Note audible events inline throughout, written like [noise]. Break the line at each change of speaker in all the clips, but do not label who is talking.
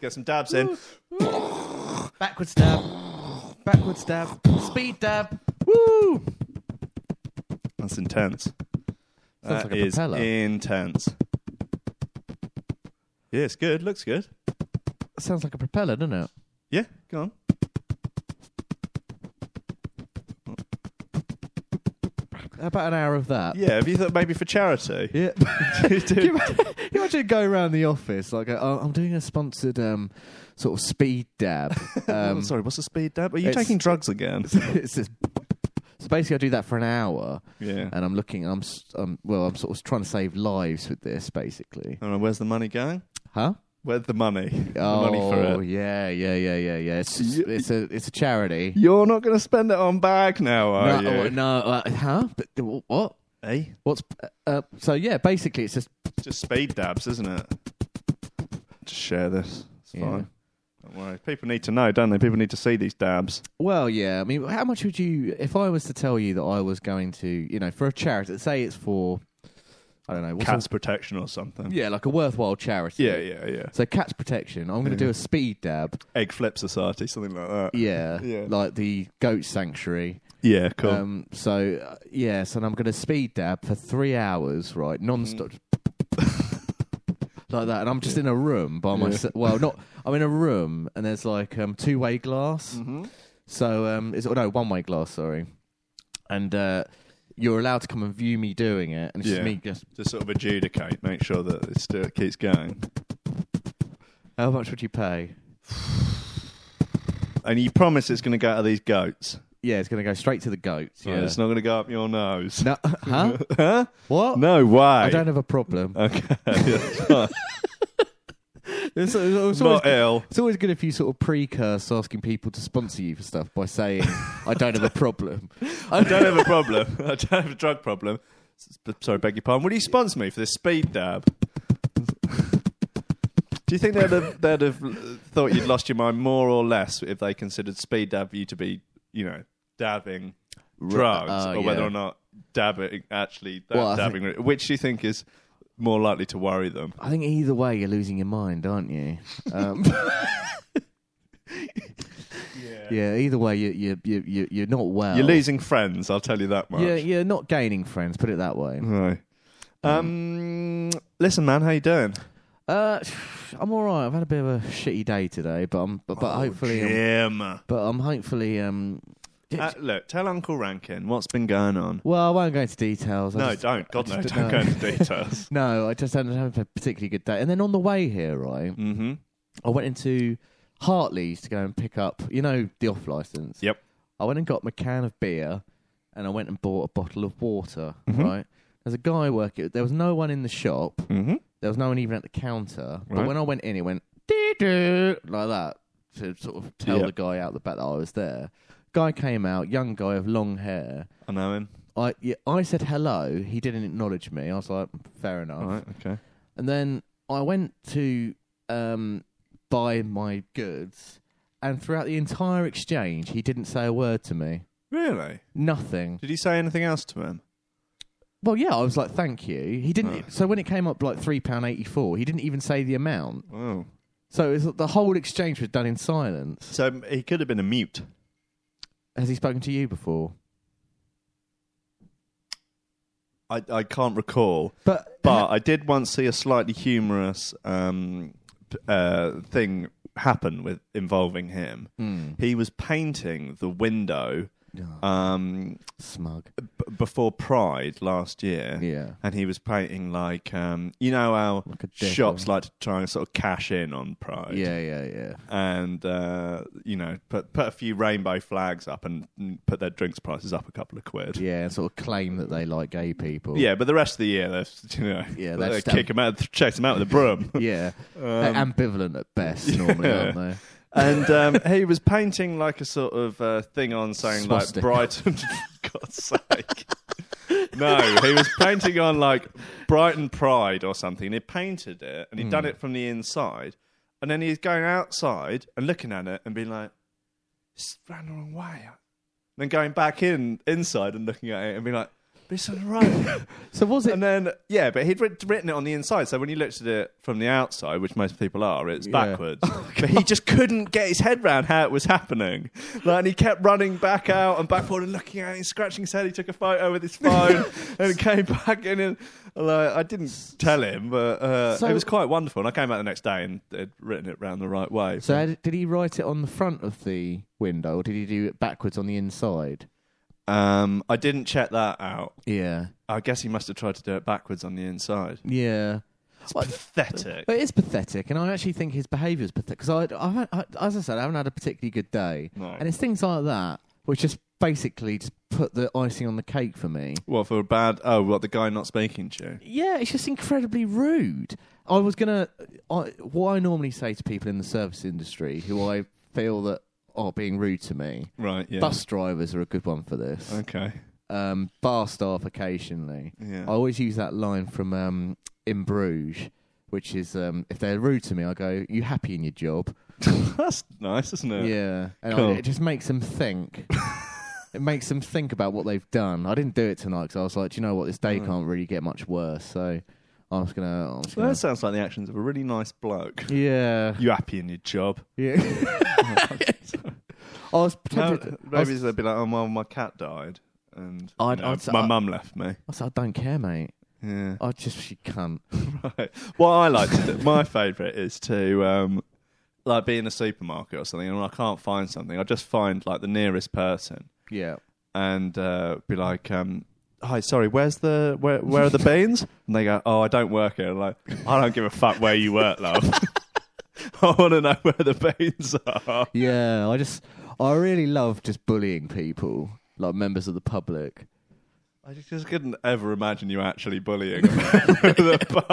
Get some dabs in.
Backward stab. Backward stab. Speed dab. Woo!
That's intense.
Sounds
That
like a
is
propeller.
intense. Yeah, it's good. Looks good.
Sounds like a propeller, doesn't it?
Yeah, go on.
How about an hour of that?
Yeah, have you thought maybe for charity?
Uh, [laughs] Yeah.
[laughs]
Can you imagine- [laughs] can you imagine going around the office like, oh, I'm doing a sponsored um, sort of speed dab. [laughs]
Um,
Um,
sorry, what's the speed dab? Are you
it's-
taking
[laughs]
drugs again?
it's just- so basically, I do that for an hour,
yeah. I
and I'm looking. I'm, s- um well. I'm sort of trying to save lives with this,
[laughs]
basically.
don't know, where's the money going?
Huh?
Where's the money?
oh,
the money for it.
yeah, yeah, yeah, yeah, yeah. It's, it's,
You-
it's a it's a charity.
You're not going to spend it on bag now,
no,
are
oh,
you?
no, uh, huh? But, th- what?
Eh?
What's uh, so? Yeah, basically, it's just
Just speed dabs, isn't it? Just share this. It's
Yeah.
fine. Don't worry. People need to know, don't they? People need to see these dabs.
Well, yeah. I mean, how much would you, if I was to tell you that I was going to, you know, for a charity, say it's for, I don't know, what's
Cats protection or something.
a, yeah, like a worthwhile charity.
yeah, yeah. yeah.
So cats protection. I'm going to do a speed dab.
Egg Flip Society, something like that.
Yeah.
[laughs] Yeah.
Like the goat sanctuary.
Yeah, cool.
Um. So uh, yes, and I'm going to speed dab for three hours, right, non-stop.
Mm.
[laughs] Like that, and I'm just in a room by myself. Well, not I'm in a room, and there's like um, two-way glass.
Mm-hmm.
So um, it's oh, no one-way glass, sorry. And uh, you're allowed to come and view me doing it, and it's
Yeah.
just me just.
to sort of adjudicate, make sure that it still keeps going.
How much would you pay?
And you promise it's going to go to these goats.
Yeah, it's going to go straight to the goats.
Right,
yeah.
It's not going to go up your nose.
No, [laughs]
[laughs]
huh?
Huh?
What?
No Uh, way.
I
[laughs]
don't have a problem.
Okay. that's fine.
It's, it's- it's always
not ill.
It's always good if you sort of precurse asking people to sponsor you for stuff by saying, I don't have a problem.
I don't have a problem. [laughs] I don't have a drug problem. S- s- Sorry, beg your pardon. Will you sponsor me for this speed dab? Do you think they'd have, they'd have uh, thought you'd lost your mind more or less if they considered speed dab you to be, you know, dabbing drugs,
uh,
or whether
yeah.
or not dabbing actually da-
Well, I
dabbing? Which do you think is more likely to worry them?
I think either way, you're losing your mind, aren't you? [laughs] Um,
Yeah.
yeah, either way, you, you, you, you, you're not well.
You're losing friends. I'll tell you that much.
You're, you're not gaining friends, put it that way.
Right. Um, listen, man, how you doing?
Uh, I'm all right. I've had a bit of a shitty day today, but I'm, but, but hopefully, I'm,
Jim.
but I'm hopefully, um,
Uh, look, tell Uncle Rankin what's been going on.
well, I won't go into details. I
no,
just-
don't. God, no,
just
don't go
don't
into
[laughs]
details.
No, I just haven't had a particularly good day. And then on the way here, right,
mm-hmm.
I went into Hartley's to go and pick up, you know, the off license.
Yep.
I went and got my can of beer, and I went and bought a bottle of water. Right. There's a guy working. There was no one in the shop.
Mm-hmm.
There was no one even at the counter.
Right.
But when I went in, it went doo like that to sort of tell
Yeah.
the guy out the back that I was there. Guy came out, young guy with long hair.
I know him.
I yeah, I said hello. He didn't acknowledge me. I was like, fair enough.
All right, okay.
And then I went to um, buy my goods, and throughout the entire exchange, he didn't say a word to me.
Really?
Nothing.
Did he say anything else to him?
Well, yeah, I was like, "Thank you." He didn't.
Right.
So when it came up like three pound eighty four, he didn't even say the amount.
Oh,
So it was, the whole exchange was done in silence.
so um, he could have been a mute.
Has he spoken to you before?
I I can't recall,
But
but I did once see a slightly humorous um p- uh thing happen with involving him.
Mm.
He was painting the window
Oh,
um
smug.
b- before Pride last year.
Yeah.
and he was painting like um, you know how
Like a devil.
shops like to try and sort of cash in on pride
Yeah, yeah, yeah.
and uh, you know put put a few rainbow flags up and and put their drinks prices up a couple of quid
Yeah, and sort of claim that they like gay people.
Yeah, but the rest of the year they're you know
Yeah,
they
they're just-
kick them out chase them out with a broom [laughs]
Yeah. They're ambivalent at best, normally,
Um, yeah.
aren't they?
and um, he was painting like a sort of uh, thing on saying
Swastika.
like Brighton. [laughs] God's sake. no, he was painting on like Brighton Pride or something. He painted it and he'd done it from the inside. And then he's going outside and looking at it and being like, it's ran the wrong way. And then going back in inside and looking at it and being like, But it's on the road.
So was it?
and then, yeah, but he'd writ- written it on the inside. So when you looked at it from the outside, which most people are, it's
Yeah. Oh,
backwards.
[laughs]
but he just couldn't get his head round how it was happening. Like, and he kept running back out and back forward and looking at it and scratching his head. He took a photo with
[laughs]
his phone [laughs] and came back in. And, like, I didn't tell him, but uh,
So-
it was quite wonderful. And I came out the next day and they'd written it round the right way.
So how did, did he write it on the front of the window, or did he do it backwards on the inside?
um, I didn't check that out.
Yeah,
I guess he must have tried to do it backwards on the inside.
yeah.
It's
What-
pathetic.
But it is pathetic, and I actually think his behaviour is pathetic because I, I, I, as I said, I haven't had a particularly good day,
No.
and it's things like that which just basically just put the icing on the cake for me.
What for a bad? Oh, what the guy not speaking to you?
Yeah, it's just incredibly rude. I was gonna, I, what I normally say to people in the service industry who I feel that are being rude to me.
Right. Yeah.
Bus drivers are a good one for this.
Okay.
um, bar staff occasionally.
Yeah.
I always use that line from um, In Bruges, which is um, if they're rude to me, I go, "You happy in your job?"
[laughs] That's nice, isn't it?
Yeah, and I-
Cool.
it just makes them
[laughs]
think. it makes them think about what they've done. I didn't do it tonight because I was like, "Do you know what? This day can't really get much worse." So I'm just gonna. I'm just
Mm. Well,
gonna
that sounds like the actions of a really nice bloke.
[laughs] yeah,
You happy in your job?
[laughs] yeah.
[laughs]
I was
No,
tempted. I,
maybe
was,
they'd be like, "Oh, well, my cat died, and
I'd-
you know,
I'd-
my
I-
mum left me."
I said, "I don't care, mate. [laughs]
Yeah. [laughs]
I just she can't."
Right. What I like to do, my favourite is to um, like be in a supermarket or something, and when I can't find something, I just find like the nearest person
Yeah.
and uh, be like, um, "Hi, sorry, where's the where where are the [laughs] beans?" And they go, "Oh, I don't work here." I'm like, I don't give a fuck where you work, love. [laughs] I want to know where the beans are.
Yeah, I just I really love just bullying people, like members of the public.
I just couldn't ever imagine you actually [laughs] bullying the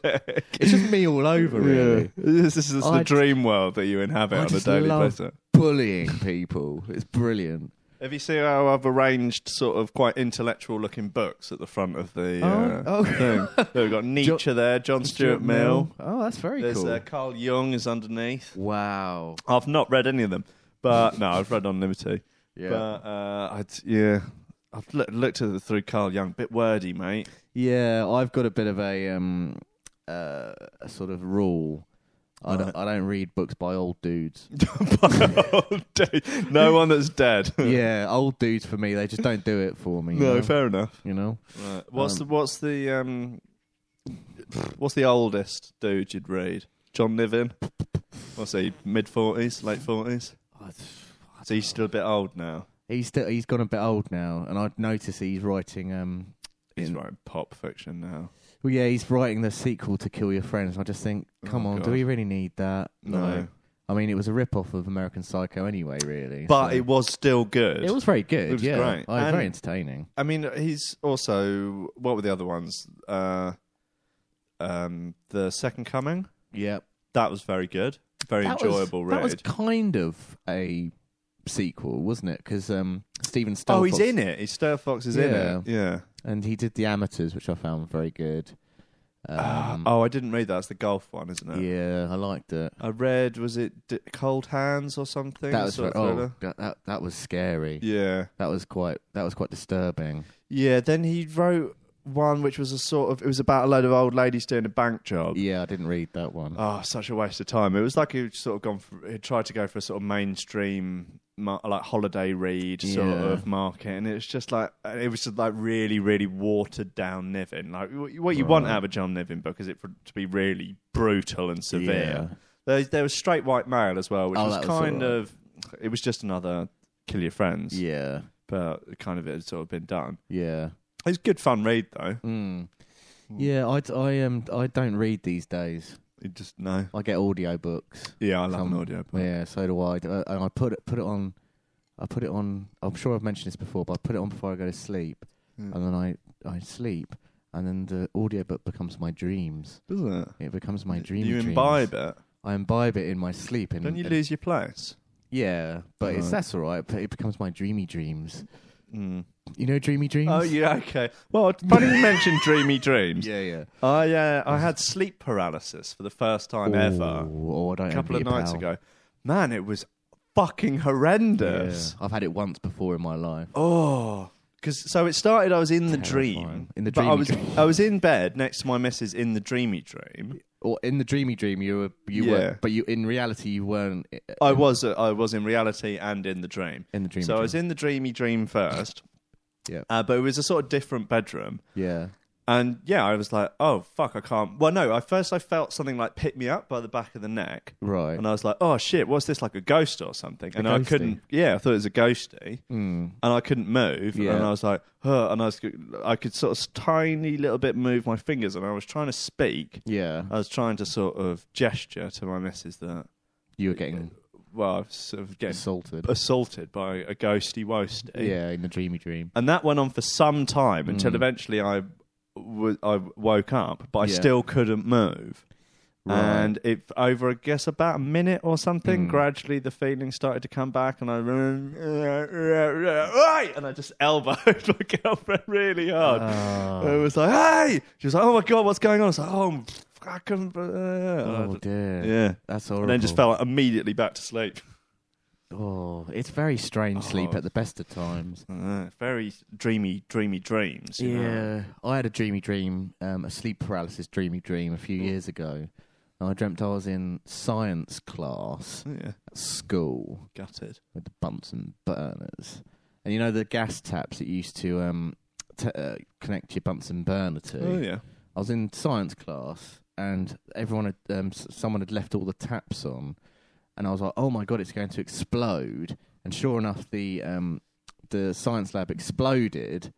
public.
It's just me all
[laughs]
over, really.
This, this is the
I just-
dream world that you inhabit
I
on a
just
daily
love-
basis.
Bullying people, it's brilliant.
Have you seen how I've arranged sort of quite intellectual looking books at the front of the uh,
Oh, oh.
thing? So [laughs] We've got Nietzsche there, John Stuart Mill.
Oh, that's very
There's
cool.
uh, Carl Jung is underneath.
wow.
I've not read any of them, but no, I've read On Liberty.
[laughs] Yeah.
But uh, I'd, yeah, I've loo- looked at it through Carl Jung. Bit
[laughs]
wordy, mate. [laughs]
Yeah, I've got a bit of a um uh, a sort of rule. I don't, I don't read books by old
[laughs]
dudes.
Oh, dear. no one that's dead.
yeah, old dudes for me, they just don't do it for me. you
no,
know?
fair enough.
You know?
Right. What's the what's the um, what's the oldest dude you'd read? John Niven. What's he? Mid forties, late forties. So he's still a bit old now.
He's still he's gone a bit old now, and I'd notice he's writing um
He's
In-
writing pop fiction now.
Well, yeah, he's writing the sequel to Kill Your Friends. I just think, come
Oh,
on,
God.
do we really need that?
No.
I mean, it was a rip-off of American Psycho anyway, really.
But
so-
it was still good.
it was very good.
it was
yeah,
great.
Oh, very
And-
entertaining.
I mean, he's also what were the other ones? Uh, um, the Second Coming.
Yeah,
That was very good, very enjoyable
Was,
read.
That was kind of a sequel, wasn't it? Because um, Stephen Star.
oh, he's in it. He's Stir Fox is
Yeah.
in it. Yeah.
and he did the amateurs, which I found very good. Um,
oh, I didn't read that. It's the golf one, isn't it?
yeah, I liked it.
I read, was it D- Cold Hands or something?
That was
Sort of
oh,
thriller?
that, that that was scary.
yeah,
That was quite that was quite disturbing.
yeah. Then he wrote one which was a sort of it was about a load of old ladies doing a bank job.
Yeah, I didn't read that one.
Oh, such a waste of time. It was like he'd sort of gone for, he'd tried to go for a sort of mainstream, mar- like holiday read sort
Yeah.
of market, and it's just like and it was just like really, really watered down Niven. Like what you what you want
Right.
out of a John Niven book is it for, to be really brutal and severe.
Yeah.
There, there was straight white male as well, which
Oh,
was
that was
kind
alright.
of it was just another kill your friends,
Yeah,
but kind of it had sort of been done.
yeah.
It was a good fun read though.
Mm. Yeah, I, d- I, um, I don't read these days.
It just no,
I get audio books.
yeah, I love
Some-
an audio book.
Yeah, so do I. D- uh, And I put it, put it on. I put it on. I'm sure I've mentioned this before, but I put it on before I go to sleep,
Mm.
and then I, I sleep, and then the audio book becomes my dreams.
doesn't it?
It becomes my dream.
you
dreams.
imbibe it,
I imbibe it in my sleep. And,
don't you
and-
lose your place?
Yeah, but it's
Right.
that's all right. But it becomes my dreamy dreams. Hmm.
Mm.
You know, dreamy dreams.
Oh yeah, okay.
[laughs]
Well, it's funny you mentioned dreamy [laughs] dreams.
yeah, yeah.
I uh, I had sleep paralysis for the first time ever
Ooh, oh, I don't
a
envy
couple of
you,
nights
pal.
ago. Man, it was fucking horrendous.
Yeah. I've had it once before in my life.
Oh, Because so it started. I was in the dream.
Terrifying. In the
but I
dreamy
was
dream.
I was in bed next to my missus in the dreamy dream.
Or in the dreamy dream, you were you
Yeah.
were, but you in reality you weren't.
I was uh, I was in reality and in the dream.
In the dreamy
so I was in the dreamy dream first.
Yeah.
Uh, but it was a sort of different bedroom.
Yeah.
And yeah, I was like, oh fuck, I can't. Well, no. I first I felt something like pick me up by the back of the neck,
Right.
and I was like, oh shit, what's this like a ghost or something? And I
ghosty.
couldn't. Yeah, I thought it was a ghosty,
Mm.
and I couldn't move.
Yeah.
And I was like, huh, and I was I could sort of tiny little bit move my fingers, and I was trying to speak.
Yeah.
I was trying to sort of gesture to my missus that
you were getting
well, I was sort of getting
assaulted.
assaulted by a ghosty woasty.
Yeah, in the dreamy dream.
And that went on for some time until eventually I, w- I woke up, but I
Mm. Yeah.
still couldn't move.
Right. Mm.
And it over, I guess, about a minute or something. Gradually, the feeling started to come back, and I rem- "Oi!" and I just elbowed [laughs] my girlfriend really hard.
Ah.
I
Oh,
was like, "Hey!" She was like, "Oh my god, what's going on?" I was like, "Oh, I couldn't."
Oh
Uh,
dear.
yeah,
That's horrible.
and then just fell immediately back to sleep. [laughs]
Oh, it's very strange sleep
Oh.
at the best of times.
Uh, very dreamy, dreamy dreams. you know.
Yeah, I had a dreamy dream, um, a sleep paralysis dreamy dream a few years ago. And I dreamt I was in science class
yeah,
at school
gutted.
with the bumps and burners. And you know the gas taps that you used to um, t- uh, connect your bumps and burner to?
Oh yeah.
I was in science class, and everyone had, um, s- someone had left all the taps on, and I was like, "Oh my god, it's going to explode!" And sure enough, the um, the science lab exploded,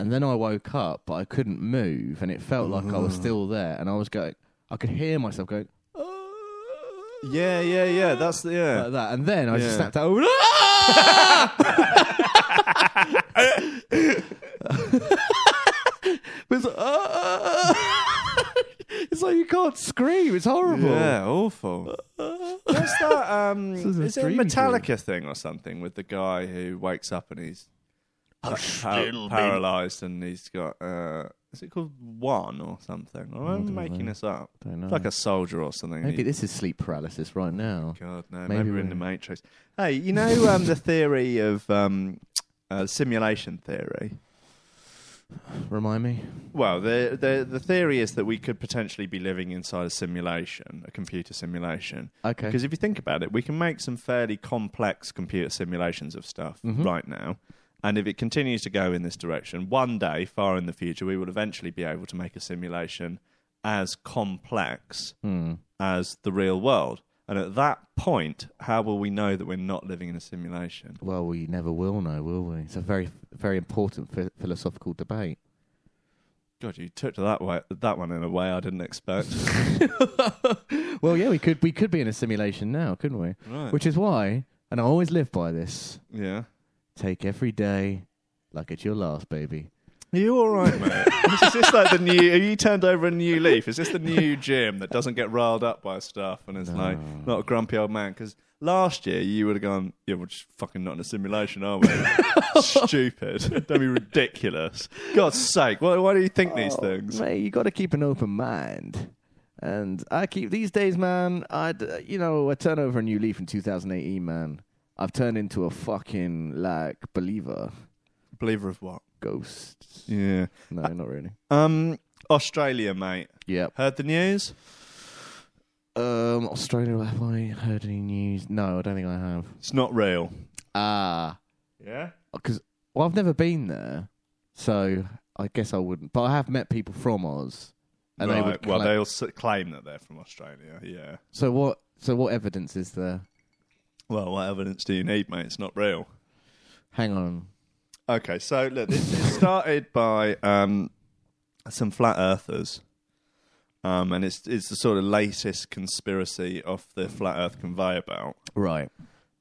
and then I woke up, but I couldn't move, and it felt like I
Oh.
was still there, and I was going, I could hear myself going,
Yeah, yeah, yeah. That's the yeah.
like that, and then I
Yeah.
just snapped out. [laughs] "Ah!" It's like, "Ah!" It's like you can't scream. It's horrible.
yeah,
[laughs]
awful. What's that? Um,
is a
is it a
dreamy
Metallica thing or something with the guy who wakes up and he's par- paralyzed and he's got uh, is it called one or something? Or am I making this up?
Don't know.
It's like a soldier or something.
Maybe this is sleep paralysis right now.
God no, maybe,
Maybe
we're in
we're-
the Matrix. Hey, you know um, the theory of um, uh, simulation theory.
Remind me.
Well, the, the the theory is that we could potentially be living inside a simulation, a computer simulation.
Okay.
Because if you think about it, we can make some fairly complex computer simulations of stuff
Mm-hmm.
right now. And if it continues to go in this direction, one day, far in the future, we will eventually be able to make a simulation as complex
Hmm.
as the real world. And at that point, how will we know that we're not living in a simulation?
Well, we never will know, will we? It's a very, very important ph- philosophical debate.
God, you took to that way, that one in a way I didn't expect.
[laughs] Well, yeah, we could, we could be in a simulation now, couldn't we?
right.
Which is why, and I always live by this:
yeah.
take every day like it's your last, baby.
Are you all right, mate? is this like the new? Have you turned over a new leaf? Is this the new Jim that doesn't get riled up by stuff and is like not a grumpy old man? Because last year you would have gone, yeah, we're just fucking not in a simulation, are we? Stupid. Don't be ridiculous. God's sake, why, why do you think these things?
Oh, Mate, you got to keep an open mind. And I keep these days, man. I, d- you know, I turn over a new leaf in 2018, man. I've turned into a fucking like believer.
Believer of what?
Ghosts?
Yeah.
No, not really.
Um, Australia, mate.
Yep.
Heard the news?
Um, Australia. Have I heard any news? No, I don't think I have.
It's not real.
Ah,
Yeah.
because well, I've never been there, so I guess I wouldn't. But I have met people from Oz, and they would.
well,
claim-
they'll s- claim that they're from Australia. Yeah.
So what? So what evidence is there?
Well, what evidence do you need, mate? It's not real.
Hang on.
Okay, so look, this is started by um, some flat earthers, um, and it's it's the sort of latest conspiracy of the flat Earth conveyor belt.
Right.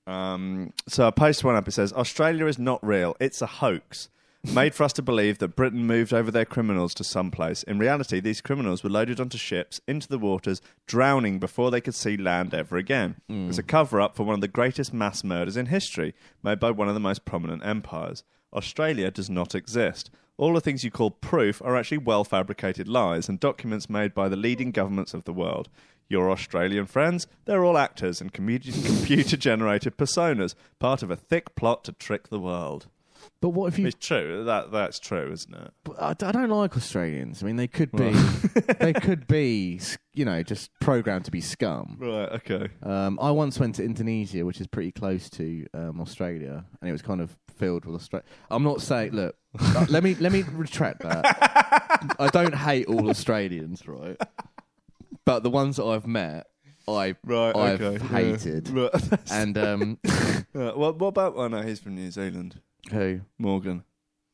Um, so I posted one up. It says Australia is not real; it's a hoax. Made for us to believe that Britain moved over their criminals to someplace. In reality, these criminals were loaded onto ships into the waters, drowning before they could see land ever again. It was a cover up for one of the greatest mass murders in history, made by one of the most prominent empires. Australia does not exist. All the things you call proof are actually well fabricated lies and documents made by the leading governments of the world. Your Australian friends, they're all [laughs] actors and computer generated personas, part of a thick plot to trick the world.
But what if you?
It's true. That that's true, isn't it?
but I, I don't like Australians. I mean, they could be, [laughs] they could be, s- you know, just programmed to be scum.
Right. Okay.
Um, I once went to Indonesia, which is pretty close to um, Australia, and it was kind of filled with Australia. I'm not saying, look, uh, let me let me retract that. I don't hate all Australians, right? But the ones that I've met, I
Right.
I've
okay. Yeah.
hated.
Right. [laughs]
And um,
Yeah, What, what about? Oh no, he's from New Zealand.
who?
Morgan.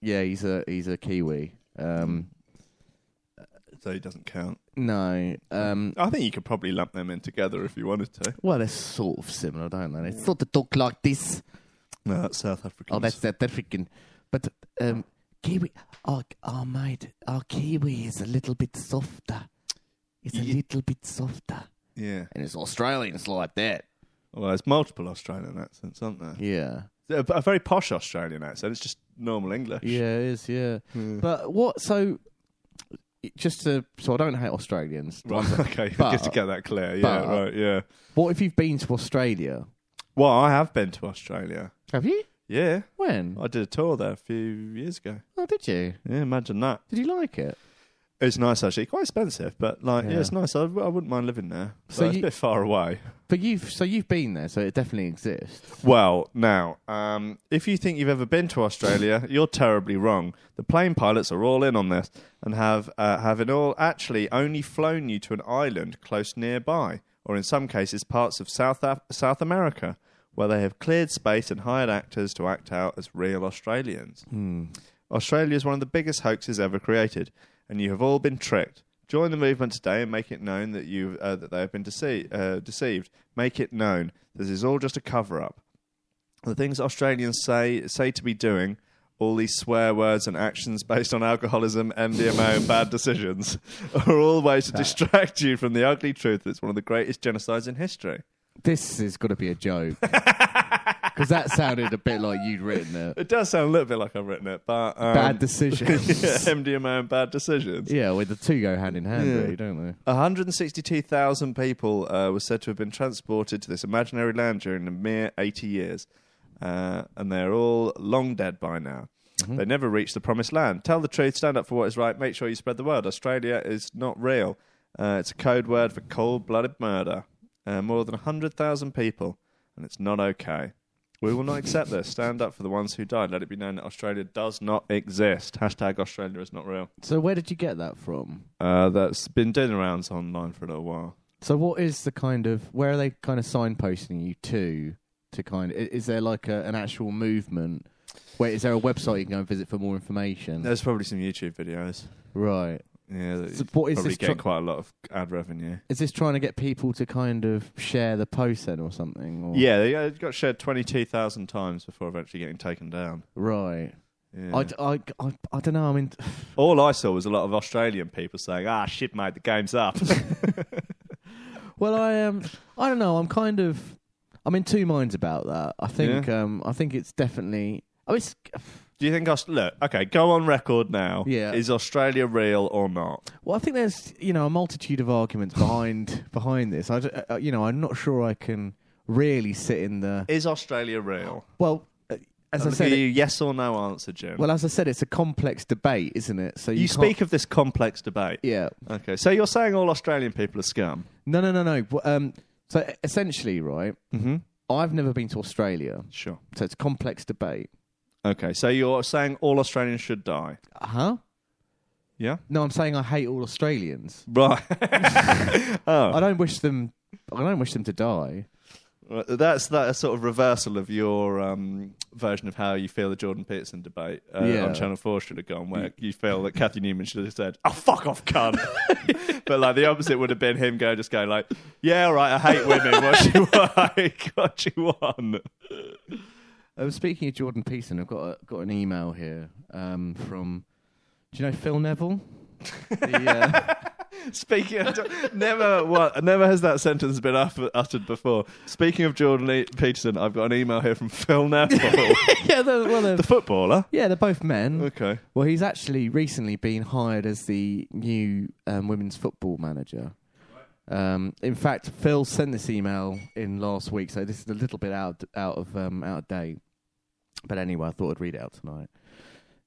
Yeah, he's a he's a Kiwi. Um,
So he doesn't count.
no, um,
I think you could probably lump them in together if you wanted to.
Well, they're sort of similar, don't they? They sort of talk like this.
No, that's South African.
Oh, that's that freaking. But um, Kiwi, our our mate, our Kiwi is a little bit softer. It's a
Ye-
little bit softer.
yeah.
And it's Australians like that.
Well, there's multiple Australian accents, aren't there?
Yeah,
A, a very posh Australian accent. It's just normal English. Hmm.
yeah, it is. Yeah, but what? So, just to so I don't hate Australians. the ones
Right. [laughs]
that-
Okay.
But-
just to get that clear. Yeah.
but-
right. Yeah.
What if you've been to Australia?
Well, I have been to Australia.
Have you?
Yeah.
When?
I did a tour there a few years ago.
Oh, did you?
Yeah, imagine that.
Did you like it?
It's nice actually, quite expensive, but like, yeah,
Yeah.
it's nice. I, I wouldn't mind living there.
So
So it's
you-
a bit far away.
But you've so you've been there, so it definitely exists.
Well, now, um, if you think you've ever been to Australia, you're terribly wrong. The plane pilots are all in on this and have uh, have in all actually only flown you to an island close nearby, or in some cases parts of South Af- South America, where they have cleared space and hired actors to act out as real Australians. Australia is one of the biggest hoaxes ever created, and you have all been tricked. Join the movement today and make it known that you uh, that they have been dece- uh, deceived. Make it known this is all just a cover up. The things Australians say say to be doing, all these swear words and actions based on alcoholism, MDMA, and bad decisions, [laughs] are all ways to distract you from the ugly truth that's one of the greatest genocides in history.
This has got to be a
[laughs]
joke. Because that sounded a bit like you'd written it.
It does sound a little bit like I've written it, but um,
Bad decisions.
[laughs] yeah, MDMA and bad decisions.
[laughs] yeah, well, the two go hand in hand,
Yeah.
really, don't they?
162,000 people uh, were said to have been transported to this imaginary land during a mere 80 years, uh, and they're all long dead by now. They never reached the promised land. Tell the truth, stand up for what is right, make sure you spread the word. Australia is not real. Uh, it's a code word for cold blooded murder. Uh, more than 100,000 people, and it's not okay. We will not accept this. Stand up for the ones who died. Let it be known that Australia does not exist. Hashtag Australia is not real.
So, where did you get that from?
Uh, that's been doing the rounds online for a little while.
So, what is the kind of. Where are they kind of signposting you to? To kind of. i- Is there like a, an actual movement? Wait, is there a website you can go and visit for more information?
There's probably some YouTube videos.
Right.
Yeah, that
So what is
probably
this?
get
try-
quite a lot of ad revenue.
is this trying to get people to kind of share the post then or something? Or?
Yeah, they- it got shared 22,000 times before eventually getting taken down.
Right.
Yeah.
I, I, I, I don't know. I mean,
All I saw was a lot of Australian people saying, ah, shit, mate, the
[laughs]
game's up.
Well, I um, I don't know. I'm kind of, I'm in two minds about that. I think, um, I think it's definitely. Oh, it's
Do you think, Aus- look, okay, go on record now.
Yeah.
Is Australia real or not?
well. I think there's you know a multitude of arguments behind behind this. I, d- uh, you know, I'm not sure I can really sit in the
Is Australia real?
well. uh, As I
I'll
said,
give you
it,
a yes or no answer, Jim.
well, as I said, it's a complex debate, isn't it? So you,
you
can't-
speak of this complex debate.
yeah.
Okay, so you're saying all Australian people are scum?
No, no, no, no. W- Um, so essentially, right?
Mm-hmm.
I've never been to Australia,
Sure.
so it's a complex debate.
Okay, so you're saying all Australians should die?
Huh?
Yeah.
No, I'm saying I hate all Australians.
Right.
I don't wish them. I don't wish them to die.
Well, That's that sort of reversal of your um, version of how you feel the Jordan Peterson debate uh,
Yeah.
on Channel 4 should have gone, where you feel that Kathy Newman should have said, oh, fuck off, cunt. [laughs] but like the opposite would have been him going, just going like, yeah, all right, I hate women. What you [laughs] like? What you want?
Uh, speaking of Jordan Peterson, I've got a, got an email here um, from. Do you know Phil [laughs] Neville? the, uh,
Speaking of, never what, never has that sentence been uff- uttered before. Speaking of Jordan E- Peterson, I've got an email here from Phil Neville, [laughs]
yeah, they're, well, they're,
the footballer.
yeah, they're both men.
Okay.
Well, he's actually recently been hired as the new um, women's football manager. Um, in fact, Phil sent this email in last week, so this is a little bit out out of um, out of date. But anyway, I thought I'd read it out tonight.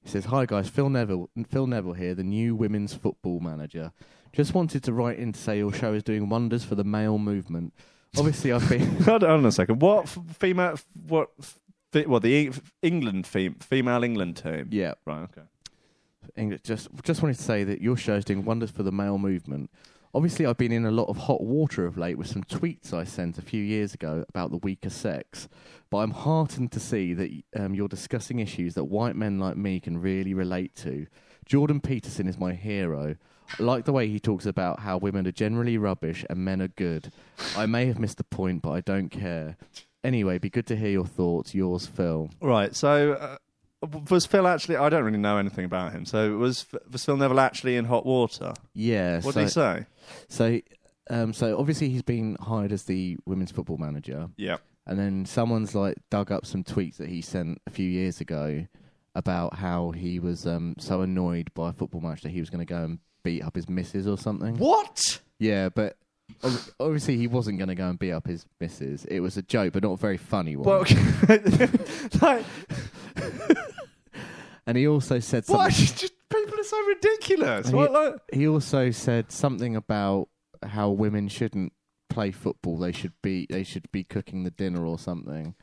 He says, "Hi guys, Phil Neville, Phil Neville here, the new women's football manager. Just wanted to write in to say your show is doing wonders for the male movement. Obviously, I've been [laughs]
[laughs] Hold on a second. What f- female? f- What? f- Fe- well, the E- England fem- female England team.
yeah,
Right. Okay.
English. Just just wanted to say that your show is doing wonders for the male movement. Obviously, I've been in a lot of hot water of late with some tweets I sent a few years ago about the weaker sex, but I'm heartened to see that um, you're discussing issues that white men like me can really relate to. Jordan Peterson is my hero. I like the way he talks about how women are generally rubbish and men are good. I may have missed the point, but I don't care. Anyway, be good to hear your thoughts. Yours, Phil.
Right. So uh, w- was Phil actually? I don't really know anything about him. So was F- was Phil Neville actually in hot water?
Yeah.
What
so-
did he say?
So, um, so obviously he's been hired as the women's football manager,
Yeah.
and then someone's like dug up some tweets that he sent a few years ago about how he was um, so annoyed by a football match that he was going to go and beat up his missus or something.
What?
Yeah, but. ob- Obviously, he wasn't going to go and beat up his missus. It was a joke, but not a very funny one.
Well, [laughs] like,
and he also said something.
what? Just, people are so ridiculous.
And
What?
he-
Like,
He also said something about how women shouldn't play football. They should be they should be cooking the dinner or something.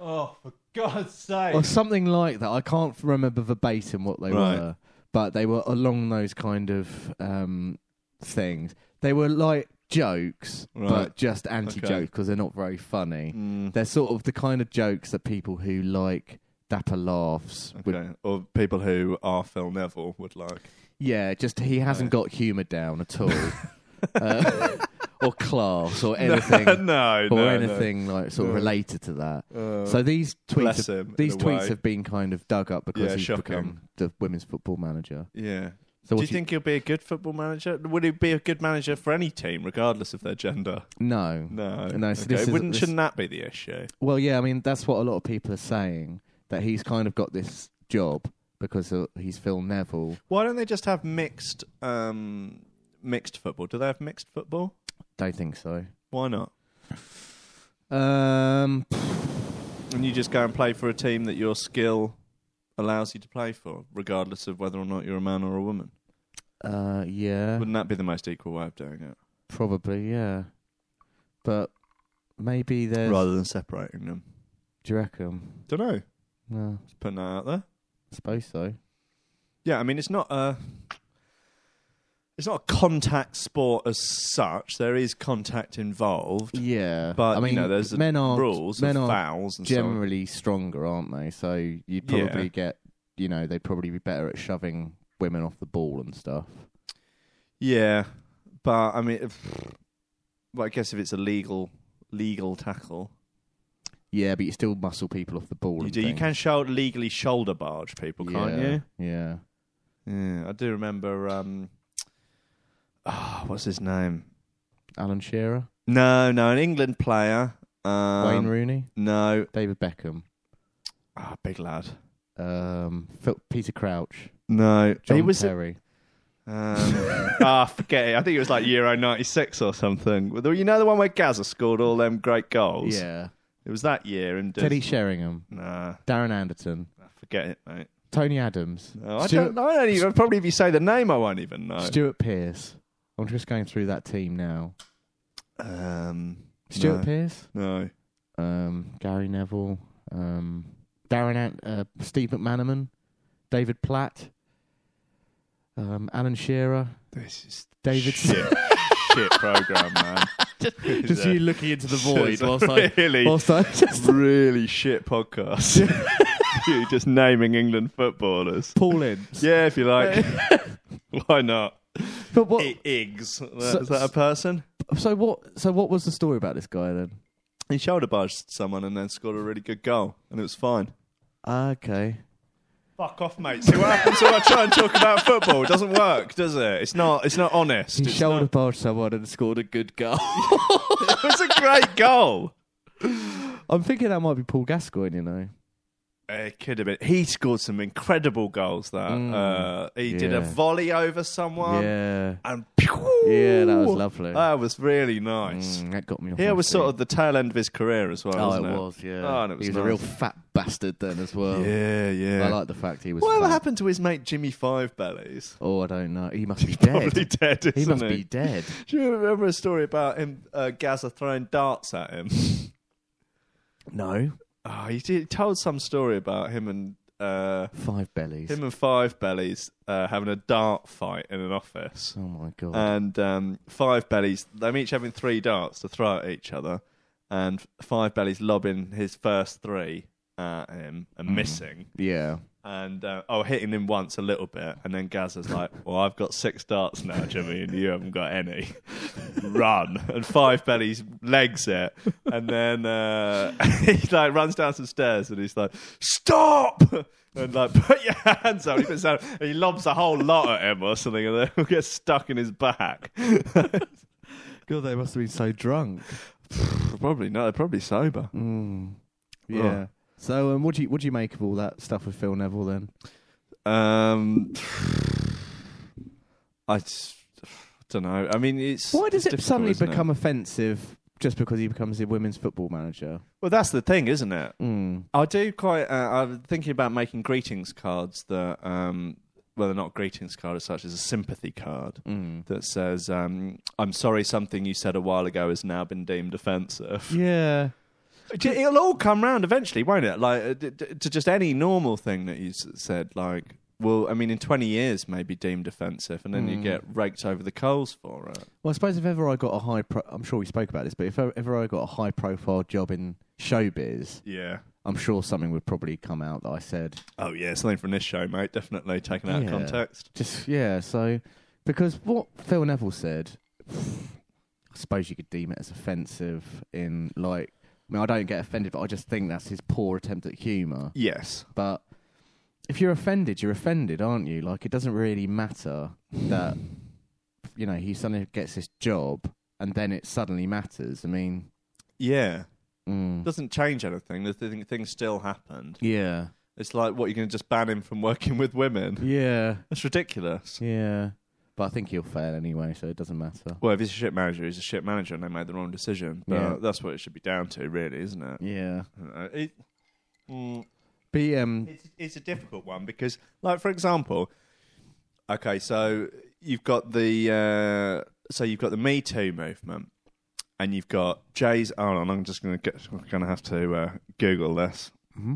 oh, for God's sake!
or something like that. I can't remember verbatim what they
Right.
were, but they were along those kind of um, things. They were like jokes,
Right.
but just anti-jokes because they're not very funny.
Mm,
They're sort of the kind of jokes that people who like dapper laughs would.
okay. Or people who are Phil Neville would like.
Yeah, just he hasn't got humour down at all,
[laughs]
uh, [laughs] or class, or anything.
no,
or
no,
anything like sort of
No.
related to that.
No. Uh,
So these tweets
bless him. in
These
a
tweets
way.
have been kind of dug up because
Yeah,
he's
shocking.
become the women's football manager.
Yeah.
So
do
what
you think he'll be a good football manager? Would he be a good manager for any team, regardless of their gender?
No.
No.
No, so
Okay.
this is-
Wouldn't
this-
shouldn't that be the issue?
Well, yeah, I mean that's what a lot of people are saying that he's kind of got this job because uh, he's Phil Neville.
Why don't they just have mixed um, mixed football? Do they have mixed football?
Don't think so.
Why not?
Um,
[sighs] And you just go and play for a team that your skill allows you to play for, regardless of whether or not you're a man or a woman.
uh, yeah,
Wouldn't that be the most equal way of doing it?
probably, yeah, but maybe there's.
Rather than separating them.
Do you reckon?
Don't know.
No,
Just putting that out there.
I suppose so.
Yeah, I mean it's not a it's not a contact sport as such. There is contact involved,
Yeah,
but
I mean,
you know there's
men are
rules
men
and
are
fouls and so on.
generally stronger, aren't they? So you'd
Yeah.
probably get, you know, they'd probably be better at shoving women off the ball and stuff.
Yeah, but I mean, if, well, I guess if it's a legal legal tackle,
Yeah, but you still muscle people off the ball.
you
and
do you
things.
can shoulder, legally shoulder barge people, can't
yeah.
you?
Yeah.
Yeah, I do remember. Um, oh, what's his name?
Alan Shearer,
No, no, an England player. Um,
Wayne Rooney,
No,
David Beckham,
Ah, big lad.
um, Phil, Peter Crouch,
No,
John
he was a-
Terry.
[laughs] Um, ah, forget it. I think it was like Euro '96 or something. Well, You know the one where Gaza scored all them great goals.
yeah.
it was that year. And
Teddy Sheringham,
Nah,
Darren Anderton,
forget it, mate.
Tony Adams,
No, I
Stuart,
don't. I don't even. Probably if you say the name, I won't even know.
Stuart Pearce. I'm just going through that team now.
um,
Stuart
no,
Pearce,
no.
um, Gary Neville, um, Darren, Ant- uh, Steve McManaman, David Platt, um, Alan Shearer,
This is
David.
shit. [laughs] shit program, man.
[laughs] just you looking into the void
It's a
whilst
[laughs]
I,
really,
whilst I just
really shit
[laughs]
podcast. [laughs] you just naming England footballers.
Paul Ince.
Yeah, if
[laughs]
you like. [laughs] Why not?
But what?
I- Iggs.
So-
Is that a person?
So what? So what was the story about this guy then?
He shoulder barged someone and then scored a really good goal, and it was fine.
Okay.
Fuck off, mate. See what happens when I try and talk about football? It doesn't work, does it? It's not. It's not honest.
He
It's
shoulder barged someone and scored a good
[laughs]
goal. [laughs]
not- It was a great goal.
I'm thinking that might be Paul Gascoigne, you know.
It could have been. He scored some incredible goals. That uh, he did a
Mm. Yeah.
volley over someone,
Yeah.
and pew!
Yeah, that was lovely.
That was really Ah, nice.
Mm, that got me off.
Here
my
was
feet.
sort of the tail end of his career as well.
Oh,
wasn't
it was, yeah.
Oh, and it was
he was
nice.
a real fat bastard then as well.
Yeah, yeah.
I like the fact he was.
Whatever
fat.
happened to his mate Jimmy Five Bellies?
Oh, I don't know. He
[laughs]
must be
Probably
dead.
dead, isn't
He
he?
must be
[laughs]
dead.
Do you remember a story about him, uh, Gaza throwing darts at him? [laughs]
No,
Oh, he did, told some story about him and uh,
five bellies.
him and Five Bellies uh, having a dart fight in an office,
Oh my god.
and um, Five Bellies them each having three darts to throw at each other, and Five Bellies lobbing his first three at him and
Mm.
missing, [laughs]
yeah.
and uh, oh hitting him once a little bit, and then Gaza's like, "Well, I've got six darts now, Jimmy, and you haven't got any. [laughs] Run!" And Five Bellies legs it, and then uh, [laughs] he like runs down some stairs, and he's like, "Stop!" And like, [laughs] put your hands up. He puts out, and he lobs a whole lot at him or something, and then [laughs] gets stuck in his back.
God, they must have been so drunk.
[sighs] probably no, probably sober.
Yeah. So, um, what do you what do you make of all that stuff with Phil Neville then?
Um, [sighs] I [sighs] don't know. I mean, it's
Why does
it's
it
difficult,
suddenly
isn't
become offensive just because he becomes the women's football manager?
Well, that's the thing, isn't it?
Mm.
I do quite. Uh, I'm thinking about making greetings cards that, um, well, they're not greetings card as such as a sympathy card
Mm.
that says, um, "I'm sorry, something you said a while ago has now been deemed [laughs] offensive."
Yeah.
It'll all come round eventually, won't it? Like uh, d- d- to just any normal thing that you s- said, like. Well, I mean, in 20 years, may be deemed offensive, and then you
Mm.
get raked over the coals for it.
Well, I suppose if ever I got a high, pro- I'm sure we spoke about this, but if I- ever I got a high profile job in showbiz,
Yeah.
I'm sure something would probably come out that I said.
Oh, yeah, something from this show, mate. Definitely taken out
Yeah.
of context.
Just yeah. So because what Phil Neville said, I suppose you could deem it as offensive. In like, I mean, I don't get offended, but I just think that's his poor attempt at humour.
Yes.
But if you're offended, you're offended, aren't you? Like, it doesn't really matter that you know he suddenly gets this job, and then it suddenly matters. I mean,
Yeah.
mm,
doesn't change anything. The thing, thing still happened.
yeah,
It's like, what, you're going to just ban him from [laughs] working with women?
yeah,
That's ridiculous.
yeah. But I think he'll fail anyway, so it doesn't matter.
Well, if he's a shit manager, he's a shit manager and they made the wrong decision. But
Yeah.
that's what it should be down to, really, isn't it?
Yeah,
Uh, it mm,
be um,
it's, it's a difficult one because, like, for example, okay, so you've got the uh, so you've got the Me Too movement, and you've got Jay's. Hold on, I'm just going to get. I'm going to have to uh, Google this.
Hmm?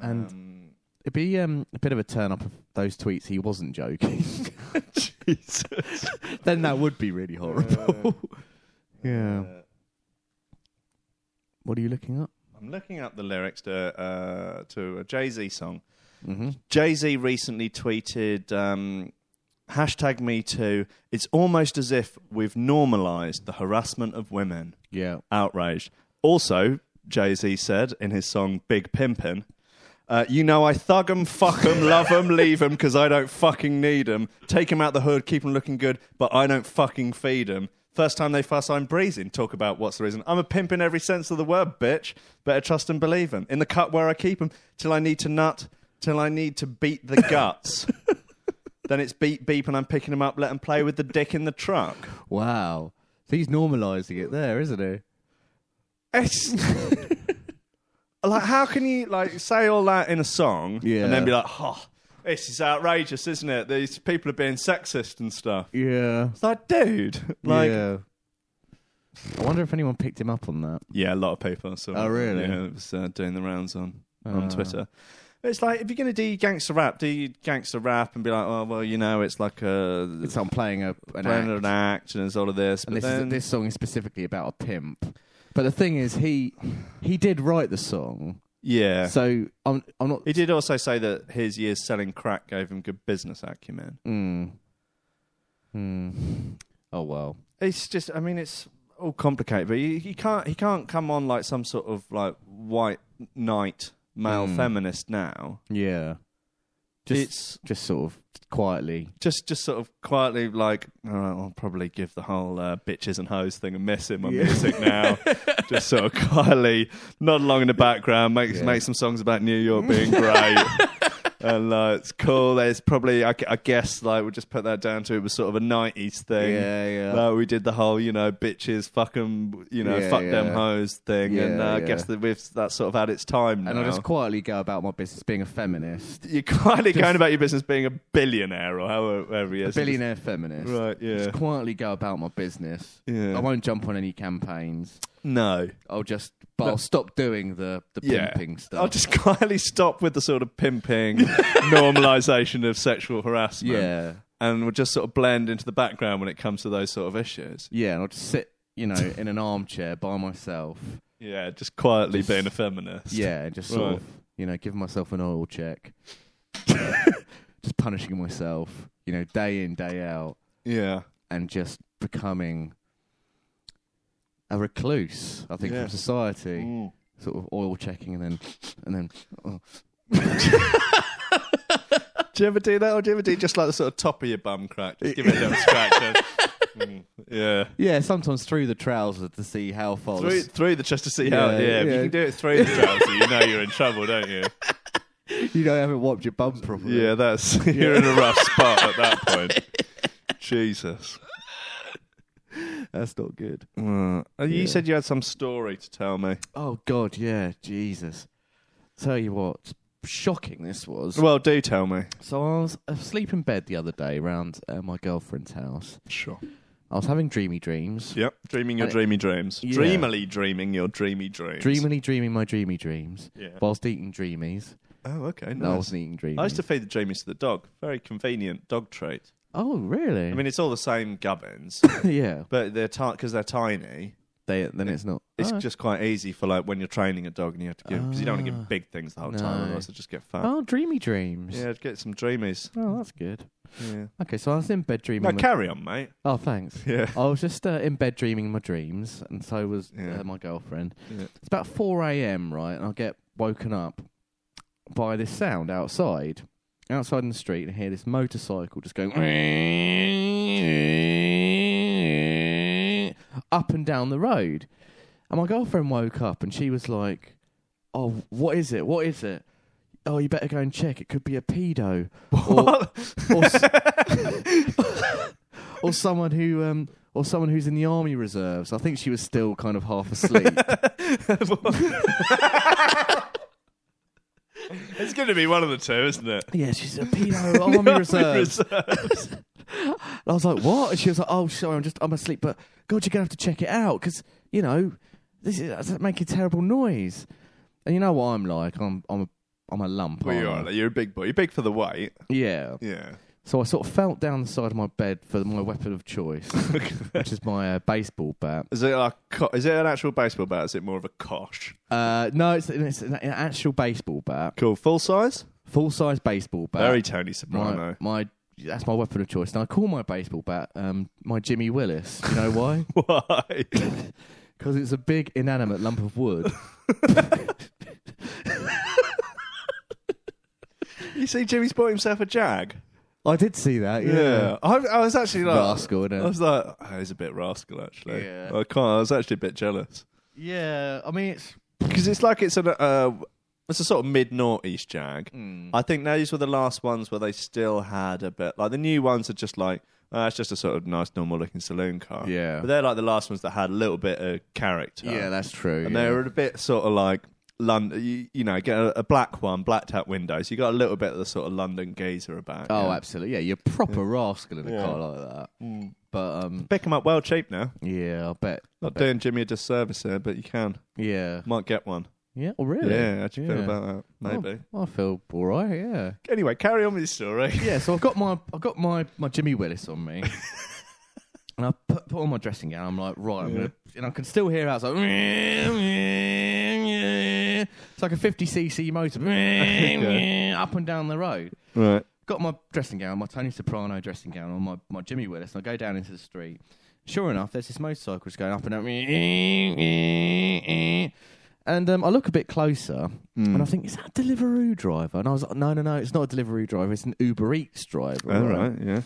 And-
Um,
It'd be um, a bit of a turn up of those tweets. He wasn't [laughs] joking.
Jesus.
[laughs] then that would be really horrible. [laughs] yeah.
Uh,
what are you looking up?
I'm looking up the lyrics to uh, to a Jay Z song.
Mm-hmm.
Jay Z recently tweeted um, hashtag Me Too. It's almost as if we've normalised the harassment of women.
Yeah.
Outraged. Also, Jay Z said in his song Big Pimpin', uh, you know, I thug 'em, fuck 'em, love 'em, leave 'em, 'cause I don't fucking need 'em. Take 'em out the hood, keep 'em looking good, but I don't fucking feed 'em. First time they fuss, I'm breezing. Talk about what's the reason. I'm a pimp in every sense of the word, bitch. Better trust and believe 'em. In the cut where I keep 'em, till I need to nut, till I need to beat the guts. then it's beep, beep, and I'm picking 'em up, let 'em play with the dick in the truck.
Wow. So he's normalising it there, isn't he?
It's [laughs] like how can you like say all that in a song
Yeah.
and then be like, "Oh, this is outrageous, isn't it? These people are being sexist and stuff."
Yeah.
It's like, dude, [laughs] like yeah,
yeah. I wonder if anyone picked him up on that.
a lot of people. So,
Oh, really?
Yeah, it was uh, doing the rounds on on
Ah.
Twitter. It's like if you're going to do gangster rap, do gangster rap and be like, "Oh, well, you know, it's like a
It's I'm playing a an
playing
act,
an act and it's all of this."
and
but
this
then,
is, this song is specifically about a pimp. But the thing is, he he did write the song,
yeah.
so I'm I'm not.
he did also say that his years selling crack gave him good business acumen.
Mm. Hmm. Oh well.
it's just i mean it's all complicated but he, he can't he can't come on like some sort of like white knight male
Mm.
feminist now
Yeah. Just,
it's
just sort of quietly.
just just sort of quietly like, all right, I'll probably give the whole uh, bitches and hoes thing a miss in my music
[laughs]
now. just sort of quietly, nod along in the background, make
Yeah.
make some songs about New York
[laughs]
being great. And uh, it's cool. There's probably, I, gu- I guess, like we'll just put that down to it was sort of a '90s thing.
Yeah, yeah.
Like, we did the whole, you know, bitches, fuck 'em, you know,
Yeah,
fuck them
yeah.
hoes thing. and uh,
Yeah,
I
yeah.
guess that we've that's sort of had its time now.
And I just quietly go about my business being a feminist,
You're quietly going about your business being a billionaire or however, however he
a
is.
billionaire feminist.
Right, yeah.
Just quietly go about my business.
Yeah.
I won't jump on any campaigns.
No.
I'll just, but I'll stop doing the the pimping stuff.
I'll just [laughs] quietly stop with the sort
[laughs]
of pimping normalization of sexual harassment.
yeah,
And we'll just sort of blend into the background when it comes to those sort of issues.
yeah. And I'll just sit, you know, in an armchair by myself.
Yeah, just quietly
Just-
being a feminist.
Yeah, and just sort
Right.
of, you know, giving myself an oil check. [laughs] just punishing myself, you know, day in day out,
Yeah.
and just becoming a recluse. I think
Yeah.
from society.
Mm.
sort of oil checking and then and then oh.
Do you ever do that? Or do you ever do just like the sort of top of your bum crack? Just give it a [laughs] little scratch. and- Mm. Yeah.
yeah sometimes through the trousers to see how far the
Through,
s-
through the chest to see how.
Yeah,
Yeah, if you
yeah.
can do it through the trouser, you know you're in trouble, don't you?
you know you haven't wiped your bum properly
Yeah, that's [laughs] you're in a rough spot at that point. [laughs] Jesus.
that's not good
Mm. Uh, You
Yeah.
said you had some story to tell me.
oh god yeah jesus tell you what shocking this was
Well, do tell me.
so i was asleep in bed the other day around uh, my girlfriend's house
Sure.
i was having dreamy dreams
Yep. Dreaming your
And it-
dreamy dreams.
Yeah.
Dreamily dreaming your dreamy dreams.
dreamily dreaming my dreamy dreams
Yeah.
whilst eating dreamies
Oh, okay.
no i
Nice.
wasn't eating dreamies
I used to feed the dreamies to the dog. Very convenient dog trait.
oh really
I mean, it's all the same gubbins,
[laughs] yeah
but they're because they're tiny.
they then it's not
It's
oh,
just quite easy for like when you're training a dog and you have to give because you don't want to
Ah.
give big things the whole time,
No.
otherwise they just get fat.
oh dreamy dreams
Yeah, get some dreamies.
oh that's good
Yeah.
Okay, so I was in bed dreaming.
No,
my-
carry on,
[laughs]
mate.
oh, thanks.
Yeah. [laughs]
I was just uh, in bed dreaming my dreams, and so was
Yeah.
uh, my girlfriend.
Yeah.
It's about 4 a.m., right? And I get woken up by this sound outside, outside in the street, and I hear this motorcycle just going [laughs] up and down the road. And my girlfriend woke up, and she was like, "Oh, what is it? What is it? Oh, you better go and check. It could be a
[laughs]
pedo." Or, or, s- [laughs] or someone who um or someone who's in the army reserves. I think she was still kind of half [laughs] asleep.
It's going to be one of the two, isn't it?
yeah, she's a [laughs] pedo army
Uh,
reserves. And I was like, what? And she was like, oh, sorry, I'm just I'm asleep. But God, you're gonna have to check it out because you know this is that's making terrible noise. And you know what I'm like? I'm I'm a I'm a lump.
Well, you
aren't
are. You're a big boy. You're big for the weight.
I? Yeah.
Yeah.
So I sort of felt down the side of my bed for my weapon of [laughs] choice, which is my uh, baseball bat.
Is it like co- is it an actual baseball bat? Is it more of a kosh?
Uh, no, it's, it's an an actual baseball bat.
Cool. Full size.
full size baseball bat.
Very Tony
my,
Soprano.
my that's my weapon of choice. And I call my baseball bat um, my Jimmy Willis. You know
[laughs]
why?
Why?
Because it's a big inanimate lump of wood.
[laughs] you see, Jimmy's bought himself a jag.
I did see that. Yeah,
I, I was actually like,
rascal.
I
Innit?
was like, oh, he's a bit rascal actually.
Yeah.
I can't. I was actually a bit jealous
Yeah, I mean it's.
because it's like it's an uh, it's a sort of mid noughties jag.
Mm. hmm.
I think those were the last ones where they still had a bit like the new ones are just like oh, it's just a sort of nice normal looking saloon car.
Yeah.
Uh, But they're like the last ones that had a little bit of character.
yeah, that's true.
And
yeah.
they were a bit sort of like London, you, you know, get a, a black one, black tap windows. You got a little bit of the sort of London geezer about.
Oh,
yeah.
absolutely. Yeah, you're a proper rascal in a
Yeah.
car like that. But um,
Mm. pick them up well cheap now.
yeah, I bet.
Not doing Jimmy a disservice here, but you can
Yeah,
might get one.
yeah. Oh, really?
Yeah, how do you feel
Yeah.
about that?
Oh,
Maybe.
I feel all right. Yeah.
Anyway, carry on with your [laughs] story.
[laughs] yeah, so I've got my I've got my, my Jimmy Willis on me. and I put, put on my dressing gown. I'm like, right, I'm
Yeah.
gonna, and I can still hear outside. [laughs] It's like a 50cc motor [laughs] up and down the road.
Right.
Got my dressing gown, my Tony Soprano dressing gown, on my, my Jimmy Willis, and I go down into the street. Sure enough, there's this motorcycle just going up and down. And And um, I look a bit closer, and I think, is that a Deliveroo driver? And I was like, no, no, no, it's not a Deliveroo driver. It's an Uber Eats driver.
All Oh, right, yeah.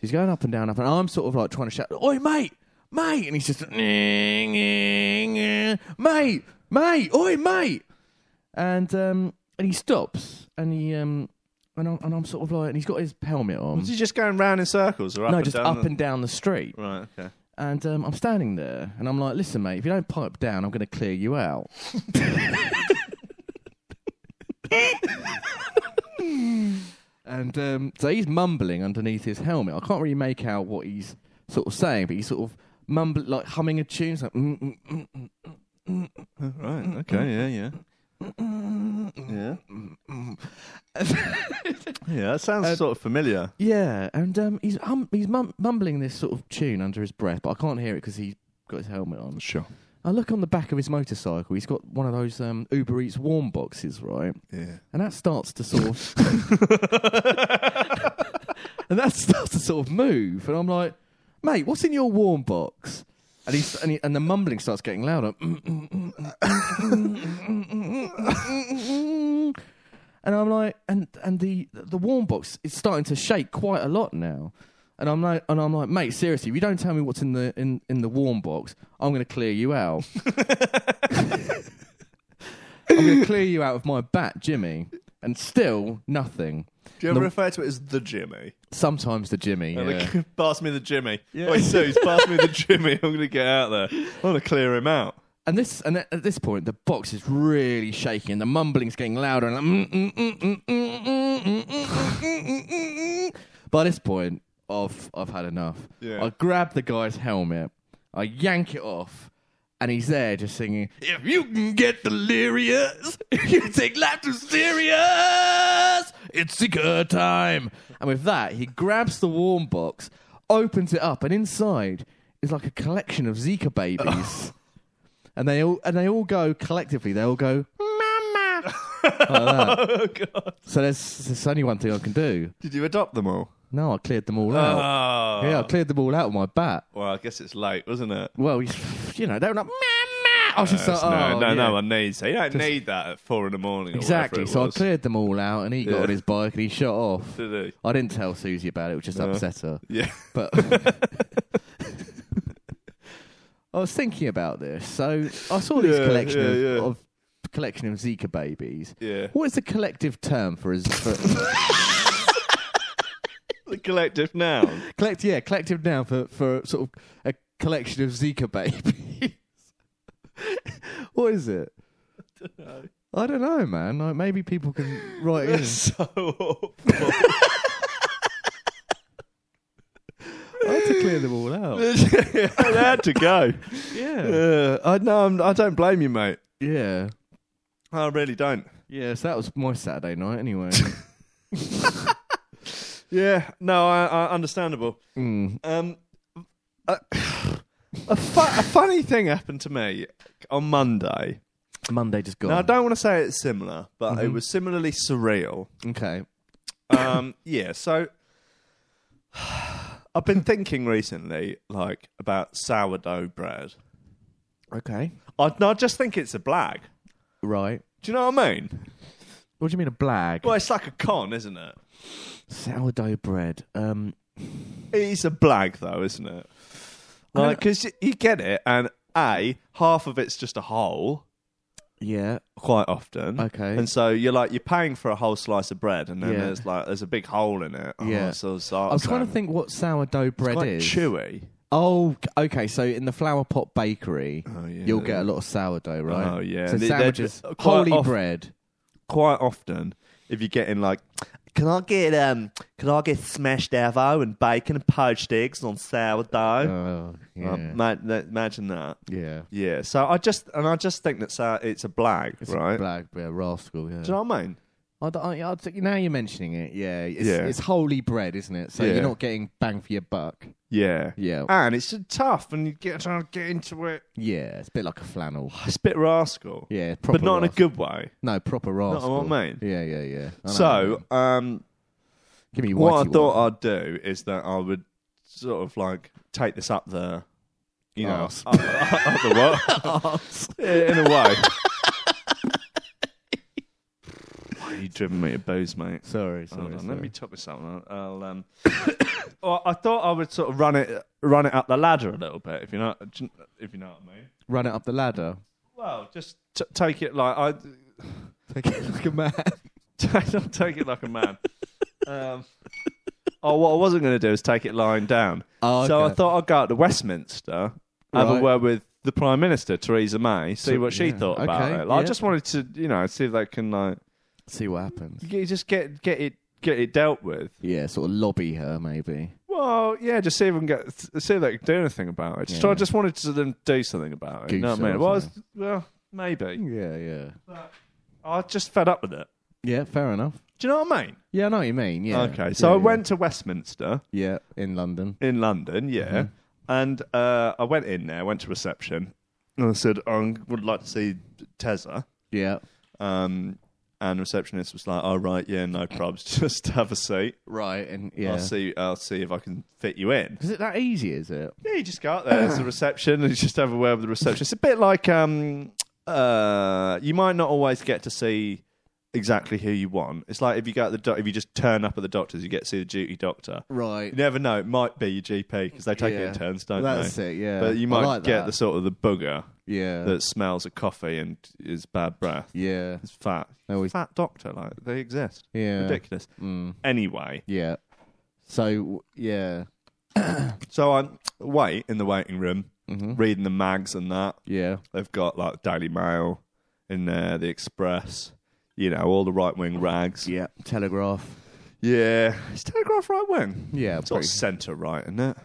He's going up and down, up and I'm sort of like trying to shout, "Oi, mate, mate!" And he's just, "Ning, ning, eh, "Mate, mate, oi, mate!" And um, and he stops, and he um, and I'm, and I'm sort of like, and he's got his helmet on.
Was he just going round in circles or up
no,
and
just
down
up
the-
and down the street.
Right, okay.
And um, I'm standing there, and I'm like, "Listen, mate, if you don't pipe down, I'm going to clear you out." And um, so he's mumbling underneath his helmet. I can't really make out what he's sort of saying, but he's sort of mumbling, like humming a tune. It's like, mm, mm, mm, mm,
All right, okay, yeah, yeah.
mm, mm.
Mm-hmm. Yeah. yeah, that sounds
Uh,
sort of familiar.
yeah, and um, he's hum- he's mum- mumbling this sort of tune under his breath, but I can't hear it because he's got his helmet on.
Sure.
I look on the back of his motorcycle. He's got one of those um, Uber Eats warm boxes, right?
Yeah.
And that starts to sort of. [laughs] and that starts to sort of move. And I'm like, mate, what's in your warm box? And, he's, and, he, and the mumbling starts getting louder. and I'm like, and, and the, the warm box is starting to shake quite a lot now. And I'm like, and I'm like, mate, seriously, if you don't tell me what's in the in, in the warm box, I'm going to clear you out. I'm going to clear you out of my bat, Jimmy. And still nothing.
Do you ever
The-
refer to it as the Jimmy?
Sometimes the Jimmy.
And
yeah.
they- [laughs] pass me the Jimmy.
Yeah.
Wait, so he's pass [laughs] me the Jimmy. I'm going to get out there. I'm going to clear him out.
And this, and at at this point, the box is really shaking. The mumbling's getting louder, and like, mm, mm, mm, mm, mm, mm, mm, mm, mm, mm, mm, mm. by this point, I've I've had enough.
Yeah.
I grab the guy's helmet, I yank it off, and he's there just singing, "If you can get delirious, if you take life too serious, it's sicker time." And with that, he grabs the warm box, opens it up, and inside is like a collection of Zika babies and they all and they all go collectively. They all go,
[laughs]
"Mama."
Oh, God.
So there's there's only one thing I can do.
Did you adopt them all?
No, I cleared them all out.
Oh.
Yeah, I cleared them all out with my bat.
Well, I guess it's late, wasn't it?
Well, you, you know, they were like, "Mama." I was just like,
Yes, no,
oh,
no,
yeah.
no one needs it. You don't need that at four in the morning. or
Exactly.
whatever
So
it
I
was.
cleared them all out, and he got
Yeah.
on his bike and he shot off.
Did he?
I didn't tell Susie about it, which just upset her.
Yeah. [laughs]
But [laughs] I was thinking about this, so I saw this
Yeah,
collection
yeah,
of,
yeah.
of collection of Zika babies.
Yeah.
What is the collective term for a z- for, [laughs]
The collective noun.
collect? Yeah, collective noun for for sort of a collection of Zika babies. [laughs] what is [laughs] it? I don't know, man. Like maybe people can write [laughs] in.
[laughs] so awful.
I had to clear them all out.
they had to go.
Yeah,
Uh, I no, I'm, I don't blame you, mate.
yeah,
I really don't.
yeah. So that was my Saturday night, [laughs] anyway.
Yeah, no, I, I understandable.
Mm.
Um, a, [sighs] a, fu- a funny thing happened to me on Monday.
Monday just gone.
Now I don't want to say it's similar, but it
Mhm.
was similarly surreal.
Okay.
[laughs] Um, yeah, so [sighs] I've been thinking recently, like about sourdough bread.
Okay.
I, no, I just think it's a blag.
Right.
Do you know what I mean?
What do you mean a blag?
Well, it's like a con, isn't it?
Sourdough bread. Um.
It's a blag, though, isn't it?
don't
Like, because you get it, and a half of it's just a hole
Yeah.
quite often.
Okay.
and so you're like you're paying for a whole slice of bread, and then
Yeah.
there's like there's a big hole in it. Oh,
Yeah.
it's all
I was trying to think what sourdough bread
Like
is.
chewy.
Oh, c- okay. So in the flower pot bakery,
Oh, yeah.
you'll get a lot of sourdough, right?
Oh, yeah.
So
They- they're
sandwiches,
quite
holy
off-
bread.
Quite often, if you're getting like, can I get um, can I get smashed avocado and bacon and poached eggs on sourdough?
Oh, yeah.
Uh, Eh? ma- ma- imagine that.
yeah.
Yeah. So I just and I just think that's uh, it's a blag,
It's
right?
a black yeah, rascal. Yeah.
Do you know what I mean?
I d- I- I d- now you're mentioning it. Yeah. It's,
Yeah.
it's holy bread, isn't it? So
Yeah.
you're not getting bang for your buck.
Yeah.
Yeah.
And it's just tough, and you get trying to get into it.
yeah. It's a bit like a flannel.
It's a bit rascal,
Yeah. Proper
but not in a
rascal.
good way.
No, proper
what I
rascal.
mean.
Yeah, yeah, yeah. I know what you
So,
mean.
um,
give me
what I
whitey
thought
one.
I'd do is that I would sort of like take this up the, you know,
Arse. [laughs]
[laughs] up, up the what? in a way. you've driven me to booze, mate.
Sorry,
Hold
sorry.
on,
sorry.
let me top this up. and I'll, I'll, um, [coughs] well, I thought I would sort of run it, run it up the ladder a little bit. If you know, if you know what I mean.
Run it up the
[laughs]
ladder.
Well, just t- take it like I
Take it like a man.
don't [laughs] take it like a man. um, oh, what I wasn't going to do is take it lying down.
[laughs] Oh,
So I
okay.
thought I'd go up to Westminster, have a
Right.
word with the Prime Minister Theresa May, see
So-
what she
yeah.
thought about
Okay,
it. Like, I
yeah.
just wanted to, you know, see if they can like
See what happens.
you just get get it get it dealt with.
Yeah, sort of lobby her maybe.
Well, yeah, just see if we can get see if they can do anything about it. Just try,
Yeah.
just wanted to then do something about it. you know
Goose
what I mean?
or
Well, it's- well, maybe.
Yeah, yeah.
I just fed up with it.
Yeah, fair enough.
Do you know what I mean?
Yeah, I know what you mean. Yeah.
Okay, so
Yeah,
I
yeah.
went to Westminster.
Yeah, in London.
in London, yeah.
Mm-hmm.
And uh, I went in there, went to reception, and I said, I would like to see Tezza.
Yeah.
Um, and the receptionist was like, "All right, yeah, no probs. [laughs] Just have a seat.
Right, and yeah.
I'll see. I'll see if I can fit you in."
Is it that easy? Is it?
Yeah, you just go out there. There's the reception, and you just have a word with the reception. It's a bit like um, uh, you might not always get to see exactly who you want. It's like if you go at the doc- if you just turn up at the doctor's, you get to see the duty doctor.
Right.
You never know. It might be your GP because they take it in turns, don't
That's
they?
it. Yeah.
But you
I
might
like
get
that.
the sort of the booger
Yeah.
that smells of coffee and is bad breath.
yeah.
It's fat.
They always-
Fat doctor, like they exist.
Yeah.
Ridiculous.
Mm.
Anyway,
Yeah. So w- yeah.
so I wait in the waiting room,
Mm-hmm.
reading the mags and that.
Yeah.
They've got like Daily Mail in there, the Express, you know, all the right wing rags.
Yeah. Telegraph.
Yeah, it's Telegraph right wing.
Yeah.
It's not
Pretty,
centre right, isn't it?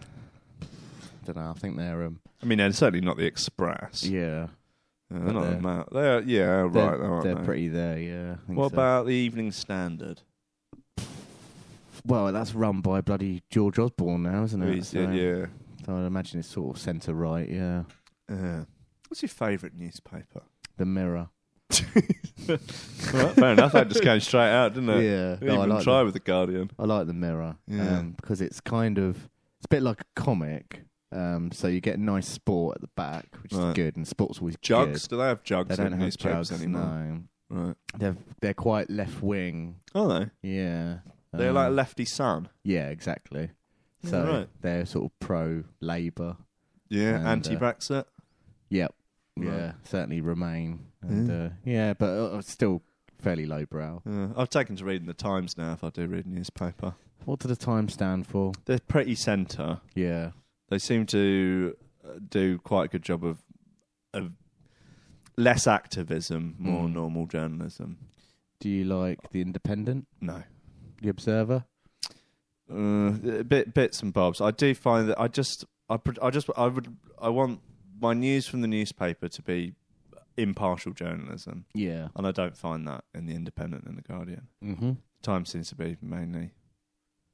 don't know. I think they're um.
I mean, they're certainly not the Express.
Yeah.
Yeah, they're not
they're-
on that. They're yeah, right.
They're,
aren't
they're
they?
pretty there. Yeah. I think
What
so.
about the Evening Standard?
Well, that's run by bloody George Osborne now, isn't it?
Who's- yeah, yeah.
So I'd imagine it's sort of centre right. Yeah.
Uh, what's your favourite
[laughs]
newspaper?
The Mirror.
fair enough. That just came straight out, didn't it?
Yeah.
Didn't
No, I
even
like.
try
The,
with the Guardian.
I like the Mirror
Yeah.
um, because it's kind of it's a bit like a comic. Um, so you get nice sport at the back, which
Right.
is good, and sport's always
Jugs?
Good.
Do they have jugs
They don't
in
have
newspapers
jugs
anymore?
No.
Right.
They're they're quite left wing.
Are they?
Yeah.
They're
Um,
like Lefty Sun.
yeah, exactly.
Yeah,
So
right.
they're sort of pro Labour.
Yeah,
and, uh,
anti-Brexit.
Yep.
Right.
Yeah, certainly Remain. And, yeah. Uh, yeah, but uh, it's still fairly lowbrow.
Uh, I've taken to reading the Times now. If I do read a newspaper,
What do the Times stand for?
they're pretty centre.
Yeah.
They seem to uh, do quite a good job of of less activism, more
Mm.
normal journalism.
Do you like the Independent,
No.
the Observer?
Uh, bit bits and bobs. I do find that I just I pr- I just I would I want my news from the newspaper to be impartial journalism,
Yeah.
and I don't find that in the Independent and the Guardian.
Mm-hmm.
Times seems to be mainly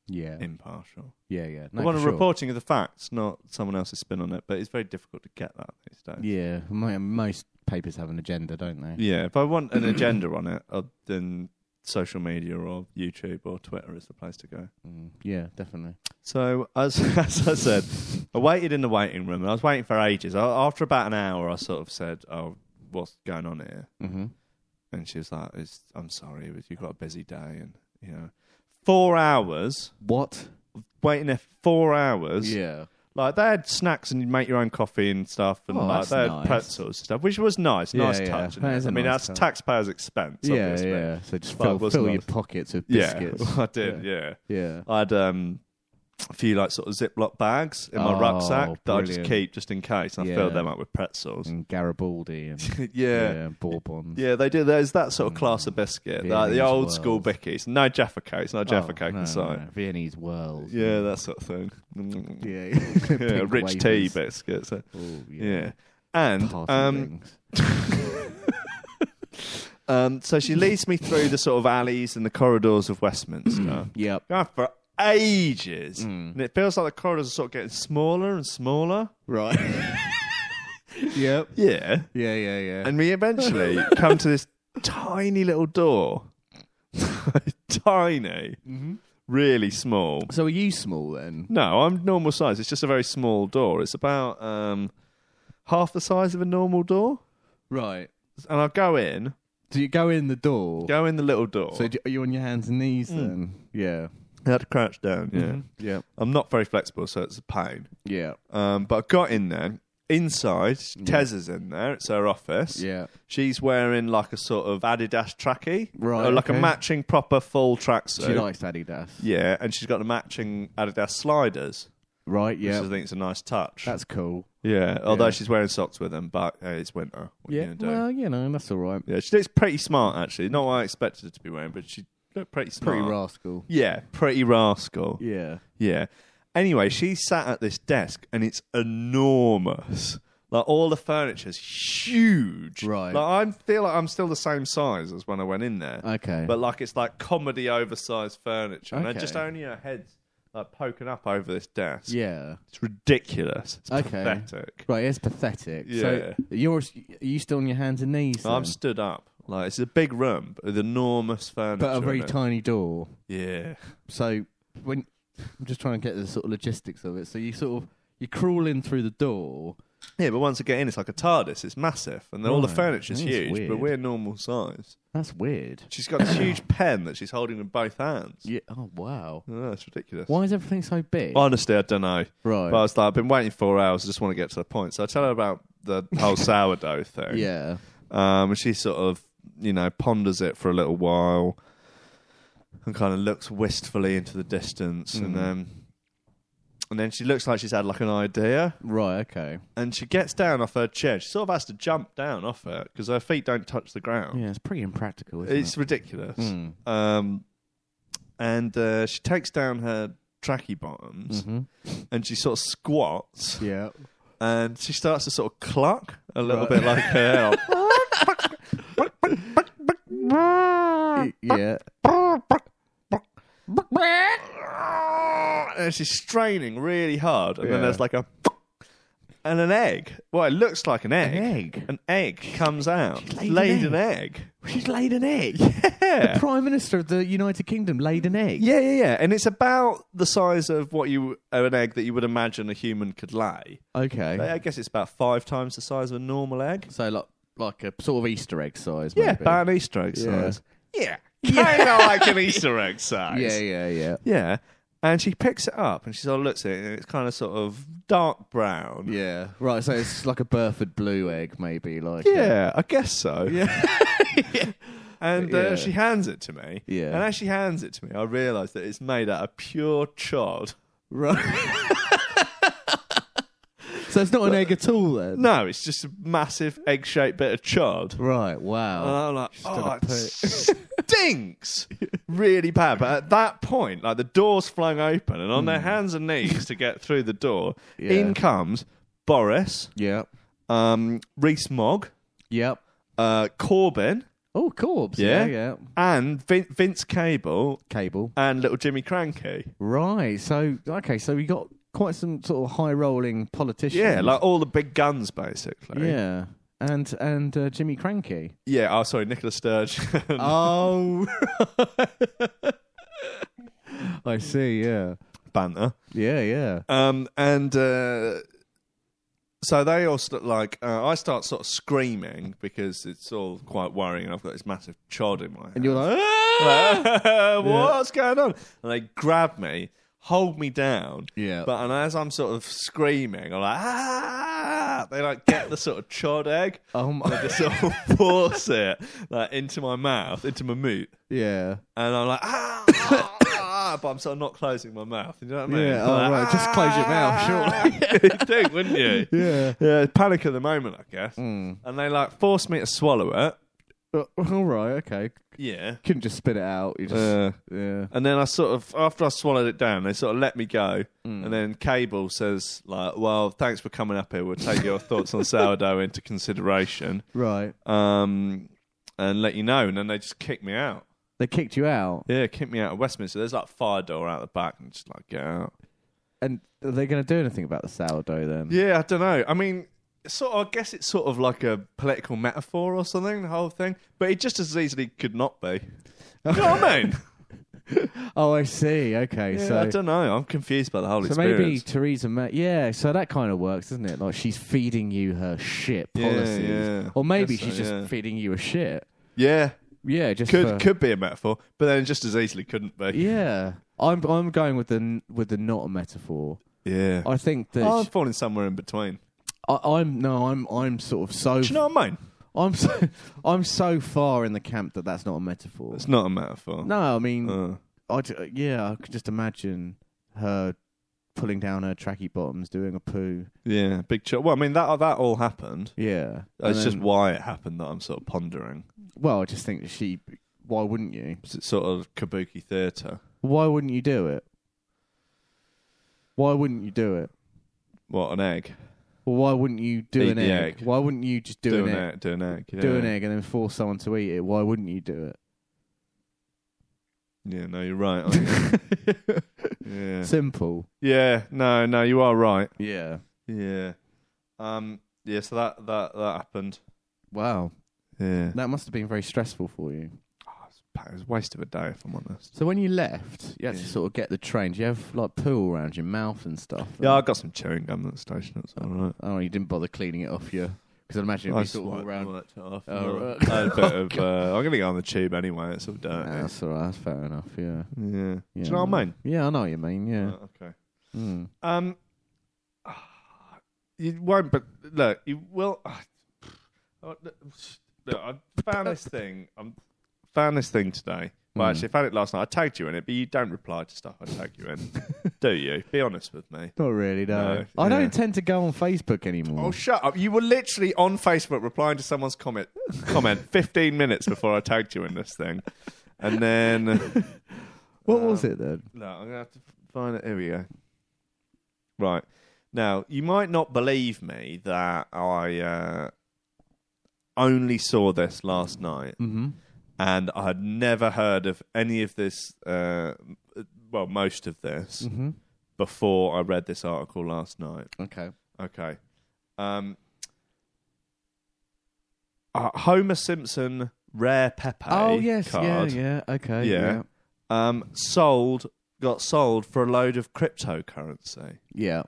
Yeah.
impartial.
yeah, yeah.
I
No,
want a
for sure.
reporting of the facts, not someone else's spin on it. But it's very difficult to get that these days.
Yeah, mo- most papers have an agenda, don't they?
Yeah, if I want an agenda on it, uh, then social media or YouTube or Twitter is the place to go.
Mm, yeah, definitely.
So as [laughs] as I said, I waited in the waiting room and I was waiting for ages. I, after about an hour, I sort of said, "Oh, what's going on here?"
Mm-hmm.
And she was like, it's, "I'm sorry, but you've got a busy day, and you know, four hours
What?
waiting there. Four hours.
Yeah.
Like they had snacks and you make your own coffee and stuff, and
Oh,
like
that's
they had
nice.
pretzels and stuff, which was nice,
Yeah,
nice
yeah.
touch.
That is a
I mean,
nice
that's
touch.
taxpayers' expense.
Yeah,
obviously.
yeah. So just
But
fill,
was
fill
nice.
your pockets with
Yeah, [laughs]
biscuits.
I did. Yeah.
Yeah.
I had um, a few like sort of Ziploc bags in my
Oh,
rucksack that I just
brilliant.
keep just in case. And I
Yeah.
filled them up with pretzels.
And Garibaldi and
[laughs] yeah.
yeah. Mm.
yeah.
Bourbons.
they do. There's that sort of class of biscuit, like the
Viennese
old school
whirls.
bickies. No Jaffa cakes, no Jaffa
Oh,
cake
no,
inside.
no, Viennese whirls.
Yeah, that sort of thing. Mm.
Yeah. [laughs]
[laughs] Yeah,
Pink
rich tea
wafers.
biscuits. uh,
Oh, yeah.
yeah. and
Party
um,
rings.
um, so she leads me through the sort of alleys and the corridors of Westminster.
Yep. [laughs]
Going for ages,
Mm.
and it feels like the corridors are sort of getting smaller and smaller.
Right.
[laughs]
yep.
Yeah,
Yeah, yeah, yeah.
And
[laughs]
we eventually come to this tiny little door. [laughs] tiny.
Mm-hmm.
Really small.
so are you small then?
No, I'm normal size. It's just a very small door. It's about um, half the size of a normal door.
Right.
And I go in.
Do you go in the door?
Go in the little door.
So do, are you on your hands and knees then? Yeah.
I had to crouch down. Yeah,
Yeah.
I'm not very flexible, so it's a pain.
Yeah.
Um, but I got in there. Inside, Tezza's in there. It's her office.
Yeah.
She's wearing like a sort of Adidas trackie,
Right,
Or like
okay.
a matching proper full tracksuit.
She likes Adidas.
Yeah, and she's got the matching Adidas sliders,
Right,
which
yeah.
I think is a nice touch.
That's cool.
yeah, although
yeah.
she's wearing socks with them, but uh, it's winter. What Are you gonna do?
Well, you know, that's all right.
yeah, she looks pretty smart actually. Not what I expected her to be wearing, but she looked pretty smart.
Pretty rascal.
Yeah, pretty rascal.
Yeah.
Yeah. Anyway, she sat at this desk and it's enormous. Like all the furniture's huge.
Right. Oh,
Like I feel like I'm still the same size as when I went in there.
Okay.
But like it's like comedy oversized furniture. And I just
Okay.
only her head's like poking up over this desk.
yeah.
It's ridiculous. It's
Okay.
pathetic.
Right, it's pathetic. So
Yeah.
you're are you still on your hands and knees?
I'm
then?
stood up. Like it's a big room with enormous furniture.
but a very
in it.
tiny door.
Yeah.
So when I'm just trying to get the sort of logistics of it. So you sort of you crawl in through the door.
Yeah, but once I get in it's like a TARDIS, it's massive. And then all the
Right.
furniture's
That is
huge,
weird.
but we're normal size.
That's weird.
She's got this huge [coughs] pen that she's holding in both hands.
Yeah. Oh wow.
Oh, that's ridiculous.
Why is everything so big?
Honestly, I don't know.
right.
But I was like, I've been waiting four hours. I just want to get to the point. So I tell her about the
[laughs]
whole sourdough thing.
yeah.
Um, and she sort of, you know, ponders it for a little while and kind of looks wistfully into the distance.
Mm.
And, um, and then she looks like she's had like an idea.
Right. Okay.
And she gets down off her chair. She sort of has to jump down off it because her feet don't touch the ground.
Yeah. It's pretty impractical. Isn't
It's
it?
ridiculous.
Mm.
Um, and uh, she takes down her tracky bottoms
Mhm.
and she sort of squats [laughs]
Yeah.
and she starts to sort of cluck a little bit
[laughs]
like her. [laughs]
Y- Yeah.
and she's straining really hard. And
Yeah.
then there's like a. [laughs] And an egg. Well, it looks like an egg.
egg?
An egg comes out.
laid an
laid an egg.
She's laid an egg.
Yeah.
[laughs] The Prime Minister of the United Kingdom laid an egg.
Yeah, yeah, yeah. And it's about the size of what you uh, an egg that you would imagine a human could lay.
Okay.
I guess it's about five times the size of a normal egg.
So like like a sort of Easter egg size.
Yeah,
maybe.
about an Easter egg
Yeah.
size. [laughs] Yeah, kind of like an Easter egg size.
Yeah, yeah, yeah.
yeah. And she picks it up and she sort of looks at it, and it's kind of sort of dark brown.
Yeah. Right, so it's like a Burford blue egg, maybe, like uh,
Yeah, I guess so.
[laughs]
Yeah. [laughs] and uh,
Yeah.
she hands it to me.
Yeah.
And as she hands it to me, I realise that it's made out of pure chod.
[laughs] right. [laughs] so it's not an egg at all then.
No, it's just a massive egg-shaped bit of chod.
Right,
And
wow.
I'm like,
done
oh,
a
it
[laughs]
stinks really bad. But at that point, like the door's flung open, and on their hands and knees to get through the door,
Hmm. [laughs] Yeah.
in comes Boris,
yep.
um, Reese Mogg,
Yep.
uh, Corbyn,
Oh, Corbs. Yeah,
Yeah.
yeah.
and Vin- Vince Cable,
Cable.
and little Jimmy Cranky.
Right. So okay, so we got quite some sort of high rolling politicians.
Yeah, like all the big guns, basically.
Yeah. And and uh, Jimmy
[laughs]
Cranky.
Yeah, oh, sorry, Nicola Sturgeon.
Oh [laughs] I see, yeah.
[laughs] Banter.
Yeah, yeah.
Um, and uh, so they all st- like uh, I start sort of screaming because it's all quite worrying. I've got this massive chod in my hand.
And you're like, "Ah!"
[laughs] What's going on? And they grab me, hold me down.
Yeah.
But and as I'm sort of screaming, I'm like, ah! They like get the sort of chod egg.
oh
They
my, [laughs]
just sort of force it like into my mouth, into my moot,
yeah.
and I'm like, ah,
[laughs]
ah, ah," but I'm sort of not closing my mouth. You know what I mean?
Yeah, oh, right,
Like,
just close your mouth,
[laughs] surely. you do, wouldn't you?
[laughs] Yeah. Hmm.
Yeah, panic at the moment, I guess. And they like forced me to swallow it.
Uh, all right, okay.
Yeah.
Couldn't just spit it out. You just,
Uh,
yeah.
And then I sort of, after I swallowed it down, they sort of let me go.
Hmm.
And then Cable says, like, well, thanks for coming up here. We'll take your thoughts on sourdough into consideration
Right.
um, and let you know. And then they just kicked me out.
They kicked you out,
Yeah, kicked me out of Westminster. There's like a fire door out the back and just like, get out.
and are they going to do anything about the sourdough then?
Yeah, I don't know. I mean, sort of, I guess it's sort of like a political metaphor or something, the whole thing. But it just as easily could not be. you know what
[laughs]
I mean?
Oh, I see. Okay,
Yeah, I
so
don't know. I'm confused by the whole
so
experience.
maybe Theresa May. Yeah, so that kind of works, doesn't it? Like she's feeding you her shit
Yeah,
policies,
yeah.
or maybe
Guess so,
she's just
yeah.
feeding you a shit.
Yeah,
Yeah, just
could
for-
could be a metaphor, but then just as easily couldn't be.
yeah. I'm I'm going with the with the not a metaphor.
Yeah,
I think that
I'm falling somewhere in between.
I, I'm no, I'm I'm sort of so
Do you know what I mean?
I'm so [laughs] I'm so far in the camp that that's not a metaphor.
It's not a metaphor.
No, I mean,
Uh,
I j- yeah, I could just imagine her pulling down her tracky bottoms, doing a poo.
yeah, big chop. Well, I mean that that all happened.
Yeah,
That's
And
just
then-
why it happened that I'm sort of pondering.
well, I just think that she. Why wouldn't you?
'Cause It's sort of kabuki theatre.
Why wouldn't you do it? Why wouldn't you do it?
What an egg!
Well, why wouldn't you do
Eat
an
the
egg?
egg.
Why wouldn't you just do, an egg?
egg. Do an egg. Yeah.
Do an egg and then force someone to eat it. Why wouldn't you do it?
Yeah, no, you're right. [laughs]
[laughs]
Aren't you? Oh, yeah.
Simple.
Yeah. No, no, you are right.
Yeah.
Yeah. Um. Yeah. So that that that happened.
Wow.
Yeah.
That must have been very stressful for you.
It was a waste of a day, if I'm honest.
So when you left, you had to
Yeah.
sort of get the train. Do you have like poo around your mouth and stuff?
Yeah, I got some chewing gum at the station. That's all right.
Oh, you didn't bother cleaning it off your. Because I'd imagine it'd
I
be
just
sort of
wiped-
all around.
wiped it off.
Oh,
Yeah.
right.
I had a bit of, uh, I'm going to go on the tube anyway. It's all dirty.
Nah, that's all right. That's fair enough. Yeah.
yeah. Do
yeah.
you know what I mean?
Yeah, I know what you mean. Yeah.
Uh, okay.
Mm.
Um, [sighs] you won't, but look, you will. [sighs] Oh, look, look, I found this thing. I found this thing today. Well,
Mm.
actually, I found it last night. I tagged you in it, but you don't reply to stuff I tag
[laughs]
you in, do you? Be honest with me.
Not really, no.
No,
I
yeah.
don't tend to go on Facebook anymore.
Oh, shut up. You were literally on Facebook replying to someone's comment
[laughs]
comment 15 minutes before I tagged you in this thing. And then.
what was
um,
it then?
No, I'm going to have to find it. Here we go. Right. Now, you might not believe me that I uh, only saw this last night
Mm-hmm.
and I had never heard of any of this, uh, well, most of this,
Mm-hmm.
before I read this article last night.
Okay.
Okay. Um, uh, Homer Simpson rare Pepe.
Oh yes,
card,
yeah, yeah. Okay, yeah,
Yeah. Um, sold got sold for a load of cryptocurrency.
yeah.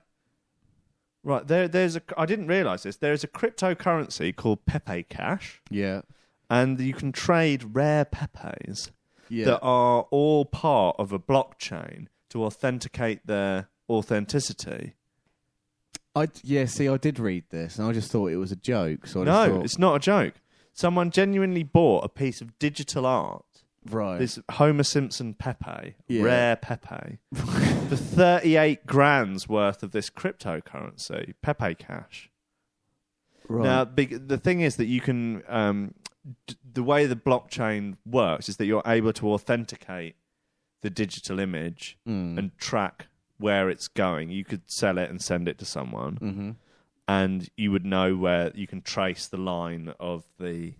Right there, there's a. I didn't realize this. There is a cryptocurrency called Pepe Cash,
yeah.
and you can trade rare Pepes
Yeah.
that are all part of a blockchain to authenticate their authenticity.
I yeah. See, I did read this, and I just thought it was a joke. So I
no,
just thought,
it's not a joke. Someone genuinely bought a piece of digital art
right.
this Homer Simpson Pepe,
Yeah.
rare Pepe, for 38 grand's worth of this cryptocurrency, Pepe Cash.
[laughs] right.
Now, big, the thing is that you can, um, d- the way the blockchain works is that you're able to authenticate the digital image
Mm.
and track where it's going. You could sell it and send it to someone,
Mhm.
and you would know where you can trace the line of the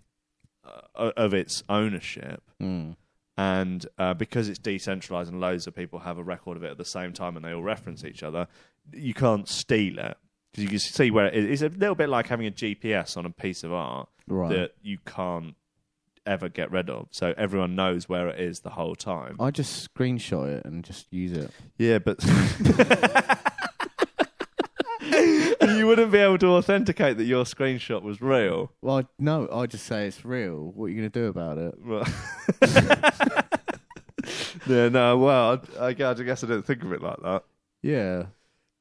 uh, of its ownership
Mm.
and uh, because it's decentralized and loads of people have a record of it at the same time and they all reference each other, you can't steal it because you can see where it is. It's a little bit like having a GPS on a piece of art
Right.
that you can't ever get rid of. So everyone knows where it is the whole time.
I just screenshot it and just use it.
Yeah, but [laughs] you wouldn't be able to authenticate that your screenshot was real.
Well, I, no, I just say it's real. What are you going to do about it?
Well- [laughs] yeah, no, well, I, I guess I guess I didn't think of it like that.
Yeah.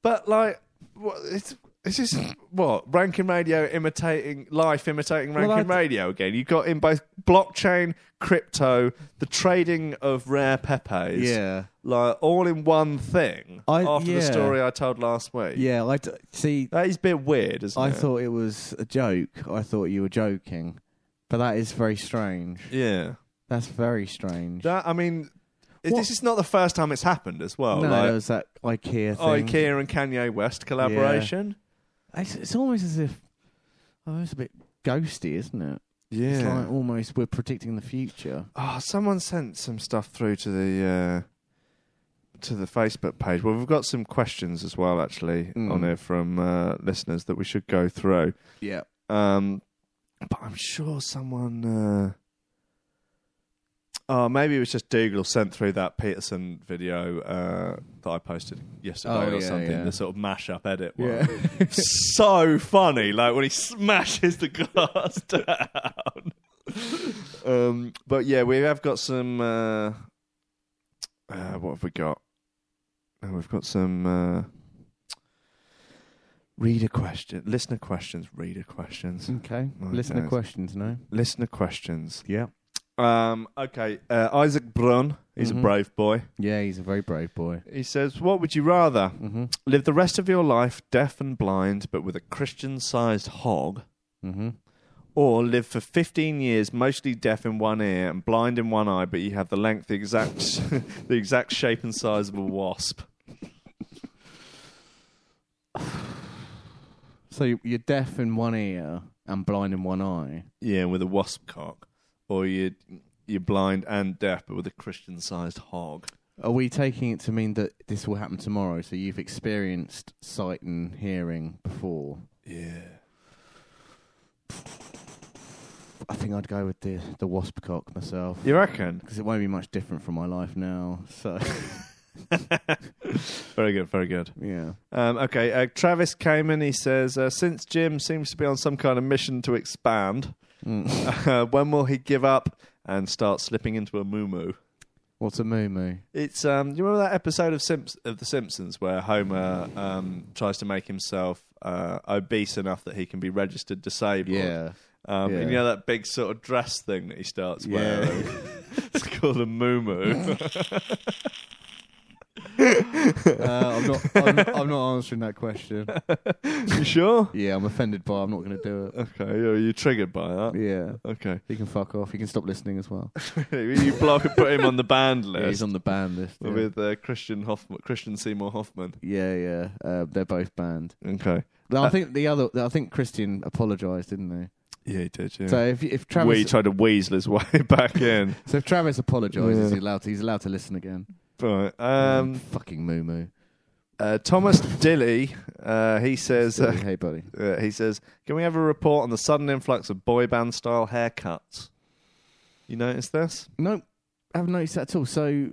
But like, what, it's it's just what ranking radio imitating life, imitating
Well,
ranking
I-
radio again. You have got in both blockchain, crypto, the trading of rare pepes,
Yeah.
like all in one thing.
I-
after
yeah.
the story I told last week,
Yeah. I d- see.
that is a bit weird, isn't
I
it?
thought it was a joke. I thought you were joking, but that is very strange.
yeah,
That's very strange.
that I mean, it-
What-
this is not the first time it's happened as well.
no,
like, Oh,
there was that IKEA thing.
IKEA and Kanye West collaboration.
It's, it's almost as if oh, it's a bit ghosty, isn't it?
Yeah.
It's like almost we're predicting the future.
Oh, someone sent some stuff through to the uh, to the Facebook page. Well, we've got some questions as well, actually,
Mm.
on here from uh, listeners that we should go through.
Yeah.
Um, but I'm sure someone. Uh, oh, maybe it was just Dougal sent through that Peterson video uh, that I posted yesterday
Oh,
or
yeah,
something.
yeah.
The sort of mash-up edit one.
Yeah. [laughs]
so funny, like when he smashes the glass [laughs] down. um, but yeah, we have got some. Uh, uh, what have we got? Uh, we've got some uh, reader question, listener questions, reader questions,
Okay.
Right,
Listener
guys.
questions, no?
listener questions.
Yeah.
Um, okay, uh, Isaac Brun. He's
Mhm.
a brave boy.
Yeah, he's a very brave boy.
He says, "What would you rather
Mm-hmm.
live the rest of your life deaf and blind, but with a Christian-sized hog?"
Mm-hmm.
Or live for 15 years mostly deaf in one ear and blind in one eye, but you have the length, the exact, [laughs] the exact shape and size of a wasp.
So you- you're deaf in one ear and blind in one eye.
Yeah, with a wasp cock. Or you, you're blind and deaf, but with a Christian-sized hog.
Are we taking it to mean that this will happen tomorrow? So you've experienced sight and hearing before.
Yeah.
I think I'd go with the the wasp cock myself
You reckon?
because it won't be much different from my life now. So [laughs]
Very good, very good.
yeah,
Um, okay, uh, Travis Kamen, he says, uh, since Jim seems to be on some kind of mission to expand, [laughs]
Mm.
uh, when will he give up and start slipping into a moo
what's a moo moo?
It's um, do you remember that episode of Simps- of The Simpsons where Homer um, tries to make himself uh, obese enough that he can be registered disabled?
Yeah,
Um,
Yeah.
And you know that big sort of dress thing that he starts
Yeah.
wearing?
[laughs]
it's called a muumuu.
uh, I'm not. I'm, I'm not answering that
[laughs]
question.
you sure?
Yeah, I'm offended by. I'm not going to do
[laughs]
it.
Okay, are you triggered by that?
Yeah,
Okay.
he can fuck off. He can stop listening as well.
[laughs] you block and put him on the band
Yeah, [laughs] he's
list
on the banned list. Yeah,
with uh, Christian Hoffman, Christian Seymour Hoffman.
yeah, yeah. Uh, they're both banned.
Okay.
No, I
Uh,
think the other. I think Christian apologised, didn't
Yeah, he did.
he?
Yeah.
So if if
we
Travis,
tried to weasel his way [laughs] back in.
so if Travis apologises,
Yeah.
he's allowed. To, he's allowed to listen again. Mm,
right. Um,
fucking moo moo.
Uh, Thomas Dilly, uh, he says, uh,
hey buddy.
[laughs] uh, he says, can we have a report on the sudden influx of boy band style haircuts? You notice this?
No, I haven't noticed that at all. So,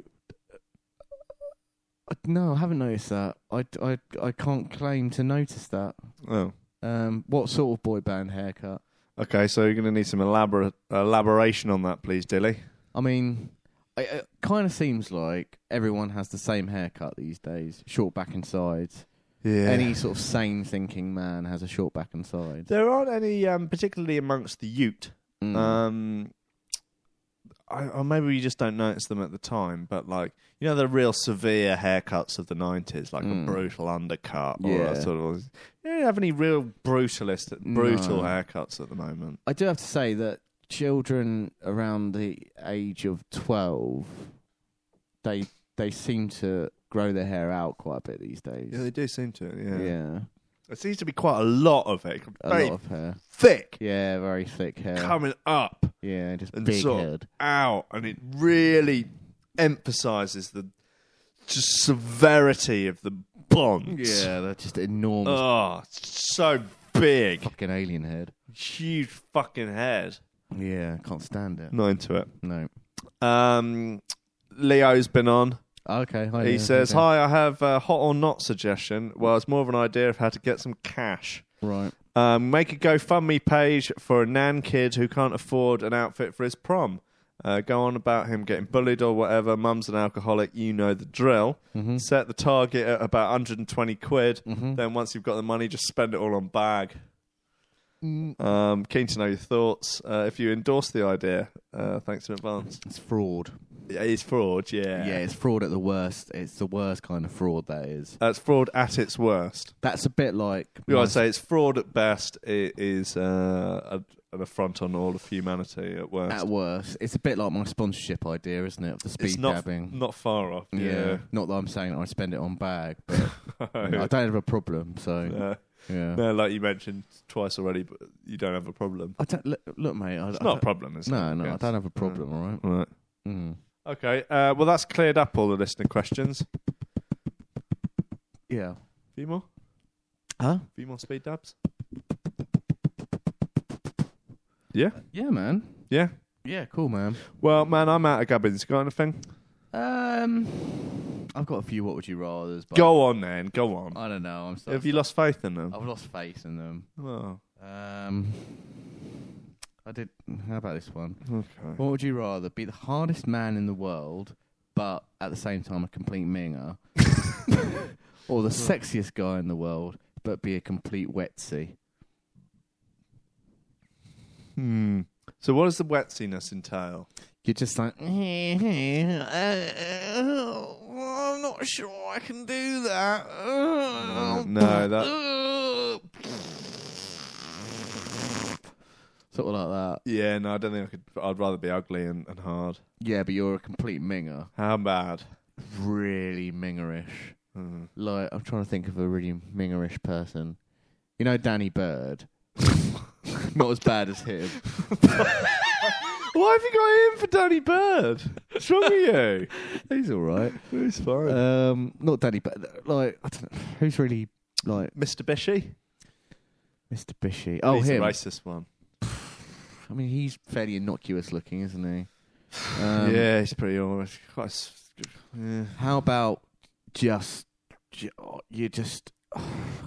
uh, no, I haven't noticed that. I, I, I can't claim to notice that.
Oh,
Um, what sort of boy band haircut?
okay. So you're going to need some elaborate elaboration on that, please, Dilly.
I mean, it, it kind of seems like everyone has the same haircut these days. Short back and sides.
Yeah.
Any sort of sane thinking man has a short back and sides.
there aren't any, um, particularly amongst the Ute.
Mm.
Um, I, or maybe you just don't notice them at the time, but like you know the real severe haircuts of the nineties, like
Mm.
a brutal undercut or
Yeah.
that sort of. You don't have any real brutalist, brutal
No.
haircuts at the moment.
I do have to say that children around the age of twelve, they they seem to grow their hair out quite a bit these days.
Yeah, they do seem to. Yeah,
Yeah,
it seems to be quite a lot of it,
a
very
lot of hair.
thick,
Yeah, very thick hair.
coming up
yeah, just
and
big
sort of
head.
out, and it really emphasises the just severity of the bonds.
Yeah, that's just enormous
oh, it's so big.
fucking alien head.
huge fucking head.
Yeah, can't stand it.
Not into it.
No.
Um, Leo's been on.
Okay. Hi,
He
Leo.
says,
Okay.
"Hi, I have a hot or not suggestion. Well, it's more of an idea of how to get some cash.
Right.
Um, make a GoFundMe page for a nan kid who can't afford an outfit for his prom. Uh, go on about him getting bullied or whatever. Mum's an alcoholic. You know the drill. Set the target at about 120 quid. Then once you've got the money, just spend it all on bag."
Mm,
Um, keen to know your thoughts. Uh, if you endorse the idea, uh, thanks in advance.
It's fraud.
Yeah, It's fraud, yeah.
Yeah. it's fraud at the worst. It's the worst kind of fraud that is.
That's fraud at its worst.
That's a bit like
We
my
would say it's fraud at best. It is uh, a, an affront on all of humanity at worst.
At worst, it's a bit like my sponsorship idea, isn't it? Of the speed
it's not
dabbing.
not far off.
yeah. [laughs]
Yeah.
Not that I'm saying that I spend it on bag,
[laughs]
but I don't have a problem. So
No.
yeah.
No, like you mentioned twice already, but you don't have a problem.
I don't look, look mate. I,
It's
I
not a
don't-
problem, is it?
No, no, I
Yes.
don't have a problem. All right.
Right.
Mm.
Okay. Uh, well, that's cleared up all the listener questions. A
Yeah.
few more?
Huh?
A few more speed dabs?
Yeah, man.
Yeah.
Yeah, cool, man.
Well, man, I'm out of gubbins. Got anything?
Um, I've got a few. What would you rather's, but
Go on, then. Go on.
I don't know. I'm sorry.
Have you lost faith in them?
I've lost faith in them.
Oh.
Um, I did. How about this one?
Okay.
What would you rather be the hardest man in the world, but at the same time a complete minger, or the sexiest guy in the world, but be a complete wetsy?
Hmm. So what does the wetsiness entail?
You're just like, [laughs] I'm not sure I can do that.
no, that
Sort of like that.
yeah, no, I don't think I could. I'd rather be ugly and, and hard.
Yeah, but you're a complete minger.
How bad?
Really mingerish.
[laughs] Mm.
Like, I'm trying to think of a really mingerish person. You know, Danny Bird. [laughs] not as bad as him.
Why have you got in for Danny Bird? What's wrong with
He's all right.
[laughs] you? Uh, It's fine.
Um, not Danny Bird. Like, I don't know. Who's really like
Mr. Bishy.
Mr. Bishy? Oh,
He's
him.
the racist one.
I mean, he's fairly innocuous looking, isn't he? Um,
yeah, he's pretty alright. Quite. s- Yeah.
How about just ju- oh, you just? oh,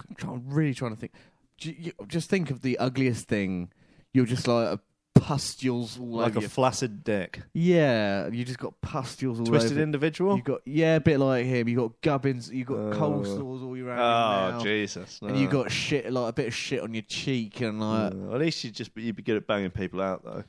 I'm try- I'm really trying to think. Ju- you- Just think of the ugliest thing. You're just like a pustules all
Like
over.
a
your-
flaccid dick.
yeah, you just got pustules all
Twisted
over.
individual.
You got yeah, a bit like him. You got gubbins. You got
Oh.
coleslaws all around. your
Oh
mouth.
Jesus!
And you
no.
got shit like a bit of shit on your cheek and like
Yeah, at least you just you'd be good at banging people out though.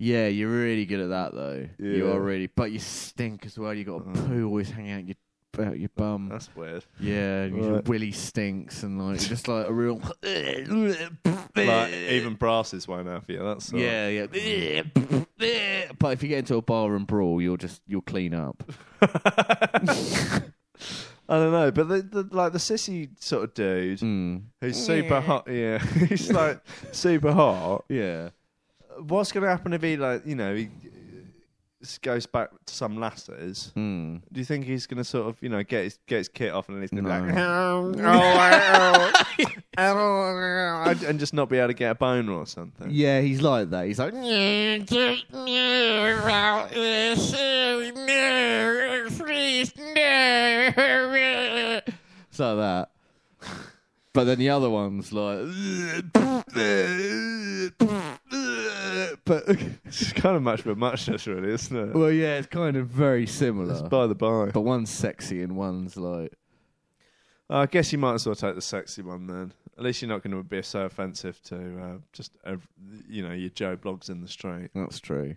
yeah, you're really good at that though. You
Yeah.
are really, but you stink as well. You got
Mm.
poo always hanging out your out your bum.
[laughs] That's weird.
Yeah, and your
Right.
willy stinks and like you're just like a real [laughs]
Like even brasses won't have you. That's all.
yeah yeah. [laughs] But if you get into a bar and brawl, you'll just you'll clean up.
I don't know, but the, the like the sissy sort of dude
Mm.
who's super hot. Yeah, [laughs] he's like super hot.
Yeah,
What's going to happen if he like you know he uh, goes back to some lasses?
mm.
Do you think he's going to sort of you know get his get his kit off and then he's going to
No.
be like [laughs] oh, oh, oh, oh, and- and just not be able to get a boner or something?
yeah. He's like that. He's like "Mm, it's like that. But then the other one's like, but.
[laughs] It's kind of much of a muchness, really, isn't it?
Well, yeah, it's kind of very similar,
It's by the by.
but one's sexy and one's like,
I guess you might as well take the sexy one then. At least you're not going to be so offensive to uh, just ev- you know your Joe blogs in the street.
that's true.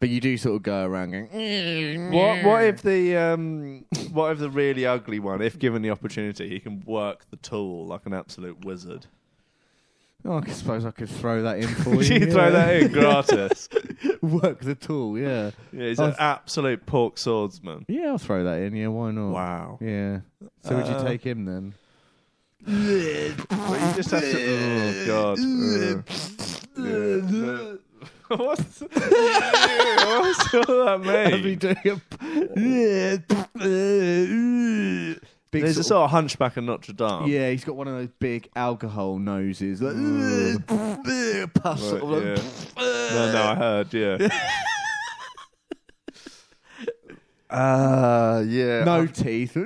But you do sort of go around going, "Mm,
What what if the um, what if the really ugly one, if given the opportunity, he can work the tool like an
[laughs]
absolute wizard?
Oh, I suppose I could throw that in
[laughs]
for
Would
you.
you throw that
[laughs]
in gratis?
in. Work the tool, yeah,
yeah, he's
I
an
th-
absolute pork swordsman.
yeah. I'll throw that in. Yeah, why not?
Wow.
Yeah. So would
Uh,
you take him [laughs] then?
But you just have to. Oh God. Uh, [laughs] yeah. What's, [laughs] what's all that mean?
I'd be doing a [laughs] big
There's
sort
a
of-
sort of hunchback of Notre Dame.
Yeah, he's got one of those big alcohol noses. Like, [laughs] puff, sort of
Mm. Right,
like-
[laughs] No, no, I heard, [laughs] yeah. Ah, yeah.
no [laughs] teeth.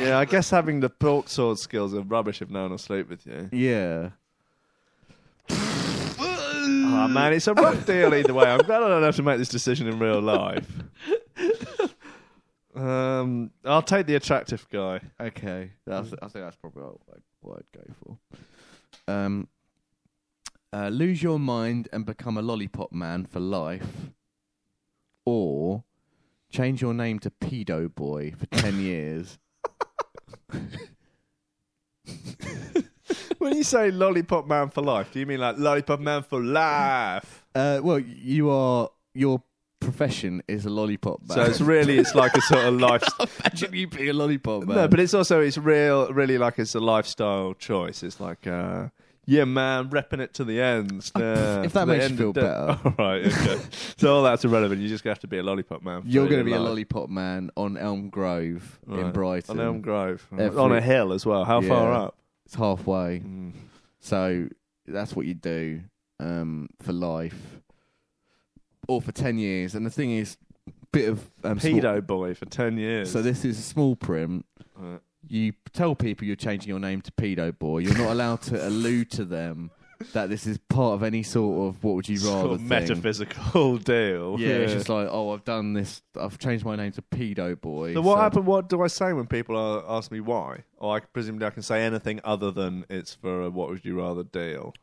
Yeah, I guess having the pork sword skills are rubbish if no one will sleep with you.
yeah.
Oh, man, it's a [laughs] rough deal either way. I'm glad I don't have to make this decision in real life. [laughs] Um, I'll take the attractive guy.
Okay.
Mm.
That's, I think that's probably what I'd, what I'd go for. Um, uh, lose your mind and become a lollipop man for life, or change your name to Pedo Boy for
[laughs]
10 years.
[laughs] When you say lollipop man for life, do you mean like lollipop man for life?
Uh, well, you are. Your profession is a lollipop man.
So it's really
[laughs]
it's like a sort [laughs] of life.
Imagine you being a lollipop man.
No, but it's also it's real, really like it's a lifestyle choice. It's like, uh, yeah, man, repping it to the ends. Yeah,
[laughs] if that
to the
makes you
end
feel
of the-
better.
[laughs] all right, okay. so all that's irrelevant. You're just gonna have to be a lollipop man. for
You're going
your
to be a
life.
lollipop man on Elm Grove in
Right.
Brighton.
on Elm Grove,
Every-
on a hill as well. How far
Yeah.
up?
it's halfway.
Mm.
So that's what you do um, for life, or for ten years. And the thing is, bit of um, small-
Pedo boy for ten years.
So this is small print.
Right. [laughs]
You tell people you're changing your name to pedo boy. You're not allowed to allude to them that this is part of any sort of what would you rather
sort of
thing.
metaphysical [laughs] deal.
Yeah, it's just like, oh, I've done this. I've changed my name to Pedo Boy.
so what
so-
happened? What do I say when people are, ask me why? Or I presumably I can say anything other than it's for a what would you rather deal.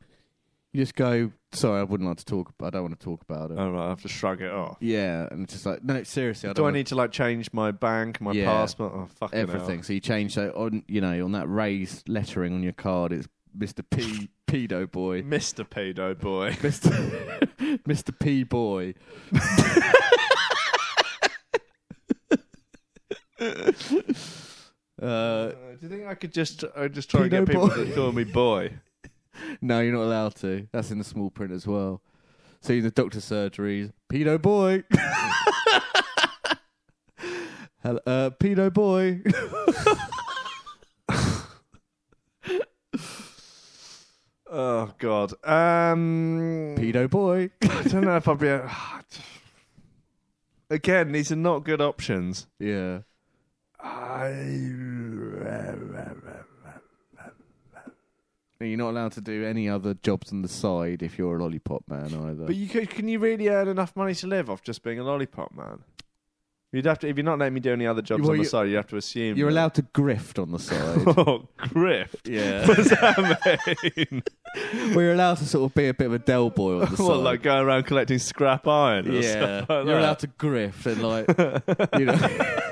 You just go, sorry, I wouldn't like to talk. I don't want to talk about it.
All right, I have to shrug it off.
Yeah, and it's just like, no, seriously, I
Do
don't
I
wanna-
need to like change my bank, my
Yeah.
passport? Oh, fucking hell. [laughs]
everything. So you change that on, you know, on that raised lettering on your card, it's Mr. P Pedo Boy,
Mr. Pedo Boy.
Mr. Mr. P Boy. [laughs] uh,
Uh, do you think I could just I just try and
Pedo
get people
boy.
to call me boy?
[laughs] no, you're not allowed to. That's in the small print as well. So the doctor surgeries, Pedo Boy. [laughs] Hello, uh, Pedo Boy. [laughs]
Oh God. Um,
Pedo Boy.
I don't know if I'd be. A... [sighs] Again, these are not good options.
yeah.
I...
And you're not allowed to do any other jobs on the side if you're a lollipop man either.
But you could, can you really earn enough money to live off just being a lollipop man? You'd have to if you're not letting me do any other jobs
Well,
on the
you-
side. You have to assume
You're
that-
allowed to grift on the side.
[laughs] Oh, grift.
yeah.
[laughs] What does that mean?
We're allowed to sort of be a bit of a Del Boy
[laughs]
on [laughs] the side.
what, like going around collecting scrap iron? Or
yeah.
stuff
you're
like that?
allowed to grift and
[laughs]
like you know [laughs]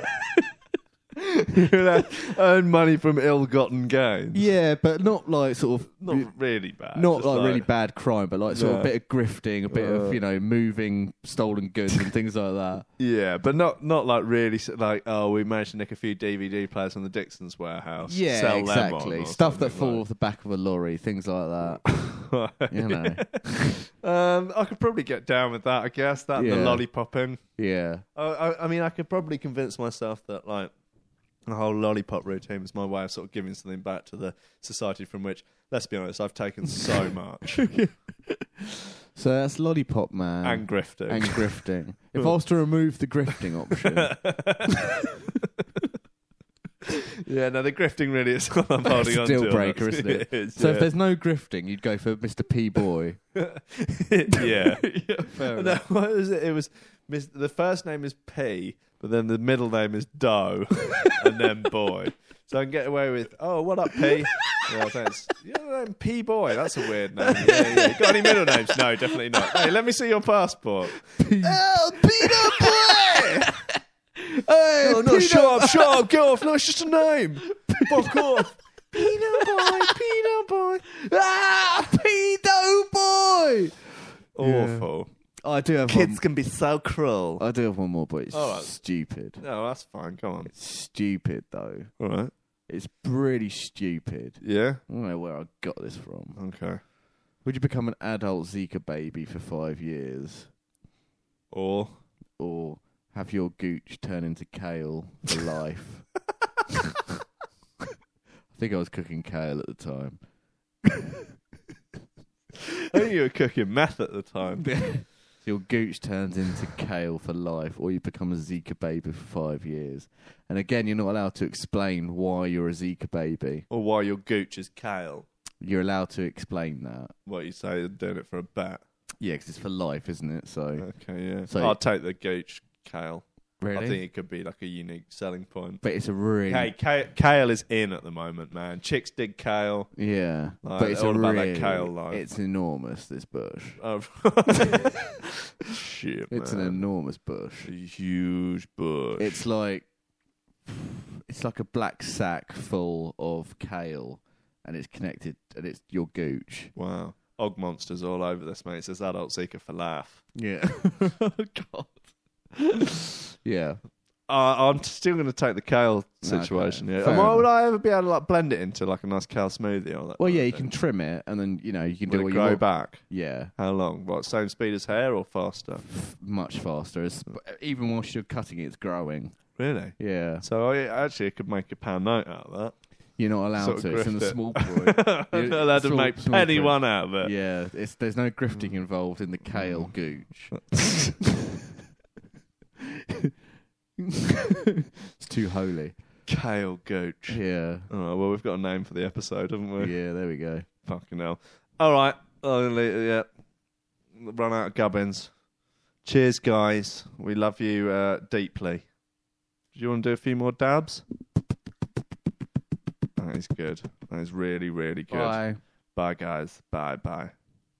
You're allowed to earn money from ill-gotten gains.
Yeah, but not like sort of
Not
not,
really bad.
like,
just
really bad crime, but like sort of a
No.
bit of grifting, a bit
Uh.
of, you know, moving stolen goods and things like
[laughs]
that.
Yeah, but not not like really s- like oh we managed to nick a few DVD players from the Dixon's warehouse.
Yeah,
sell them on
exactly.
or
Stuff that fall
something
off the back of a lorry, things like that.
like that. [laughs]
You know.
um, I could probably get down with that. I guess that and
Yeah.
the lollipopping.
yeah.
I, I, I mean, I could probably convince myself that like the whole lollipop routine was my way of sort of giving something back to the society from which, let's be honest, I've
[laughs]
taken so much
So that's lollipop man.
and grifting. [laughs]
and grifting. If I was to remove the grifting option,
yeah, no, the grifting really is what I'm holding
[laughs] it's a
on
deal
to.
breaker, isn't
[laughs]
it?
is,
so if
yeah.
there's no grifting, you'd go for Mr. P Boy.
yeah.
fair
no, what was it? It was Miss, the first name is P, but then the middle name is Doe, [laughs] and then Boy. So I can get away with, oh, what up, P? yeah, thanks. Your name P Boy. That's a weird name. Yeah, yeah. Got any middle names? No, definitely not. Hey, let me see your passport. [laughs] oh, Peter
[laughs]
Boy. hey,
Oh,
no,
no, shut
shut up, shut up, get off. No, it's just a name. Fuck off. Peter [laughs] Boy, Peter Boy.
ah, Pedo Boy.
Awful.
Oh, I do have one.
can be so cruel.
I do have one more, but it's
All right.
stupid.
No, that's fine. Come on.
Stupid though.
All right.
It's pretty stupid.
Yeah.
I don't know where I got this from.
Okay.
Would you become an adult Zika baby for five years,
Or [laughs]
or have your gooch turn into kale for
[laughs]
life? [laughs] I think I was cooking kale at the time.
I think you were cooking meth at the time.
So your gooch turns into kale for life, or you become a Zika baby for five years. And again, you're not allowed to explain why you're a Zika baby.
or why your gooch is kale.
You're allowed to explain that.
What you say? You're doing it for a bat.
Yeah, 'cause it's for life, isn't it? So
Okay. Yeah.
So-
I'll take the gooch kale. I
really,
think it could be like a unique selling point.
but it's a really
Hey, kale, kale is in at the moment, man. Chicks dig kale.
yeah.
Like,
but it's
all
a
about that
really-
kale life.
It's enormous. This bush.
Oh, [laughs] shit,
It's an
man.
enormous bush.
a huge bush.
It's like it's like a black sack full of kale, and it's connected, and it's your gooch.
wow. Og monsters all over this, mate. It says adult seeker
[laughs]
for laugh.
Yeah. God.
[laughs]
yeah.
Uh, I'm still going to take the kale
Okay,
situation. yeah.
fair
And why would I ever be able to like blend it into like a nice kale smoothie or that?
Well,
kind
yeah,
of
you
thing?
can trim it, and then you know you can do
Will
what
it
you
grow
want.
back?
Yeah,
How long? What same speed as hair or faster?
f- much faster. It's, even whilst you're cutting it, it's growing.
Really?
Yeah,
So I actually I could make a pound note out of
you're not allowed
Sort of
to. It's in the
grift it. [laughs]
small print.
that. I'm
You-
not allowed to
small-
make
small
penny
print.
one out of it.
Yeah, it's there's no grifting
Mm.
involved in the kale
[laughs]
gooch. [laughs] it's too holy.
Kale gooch.
Yeah,
[laughs] All right. Well, we've got a name for the episode, haven't we?
yeah. There we go.
Fucking hell. All right. Only, yeah. Run out of gubbins. Cheers, guys. We love you uh, deeply. Do you want to do a few more dabs? That is good. That is really, really good.
Bye.
Bye, guys. Bye, bye.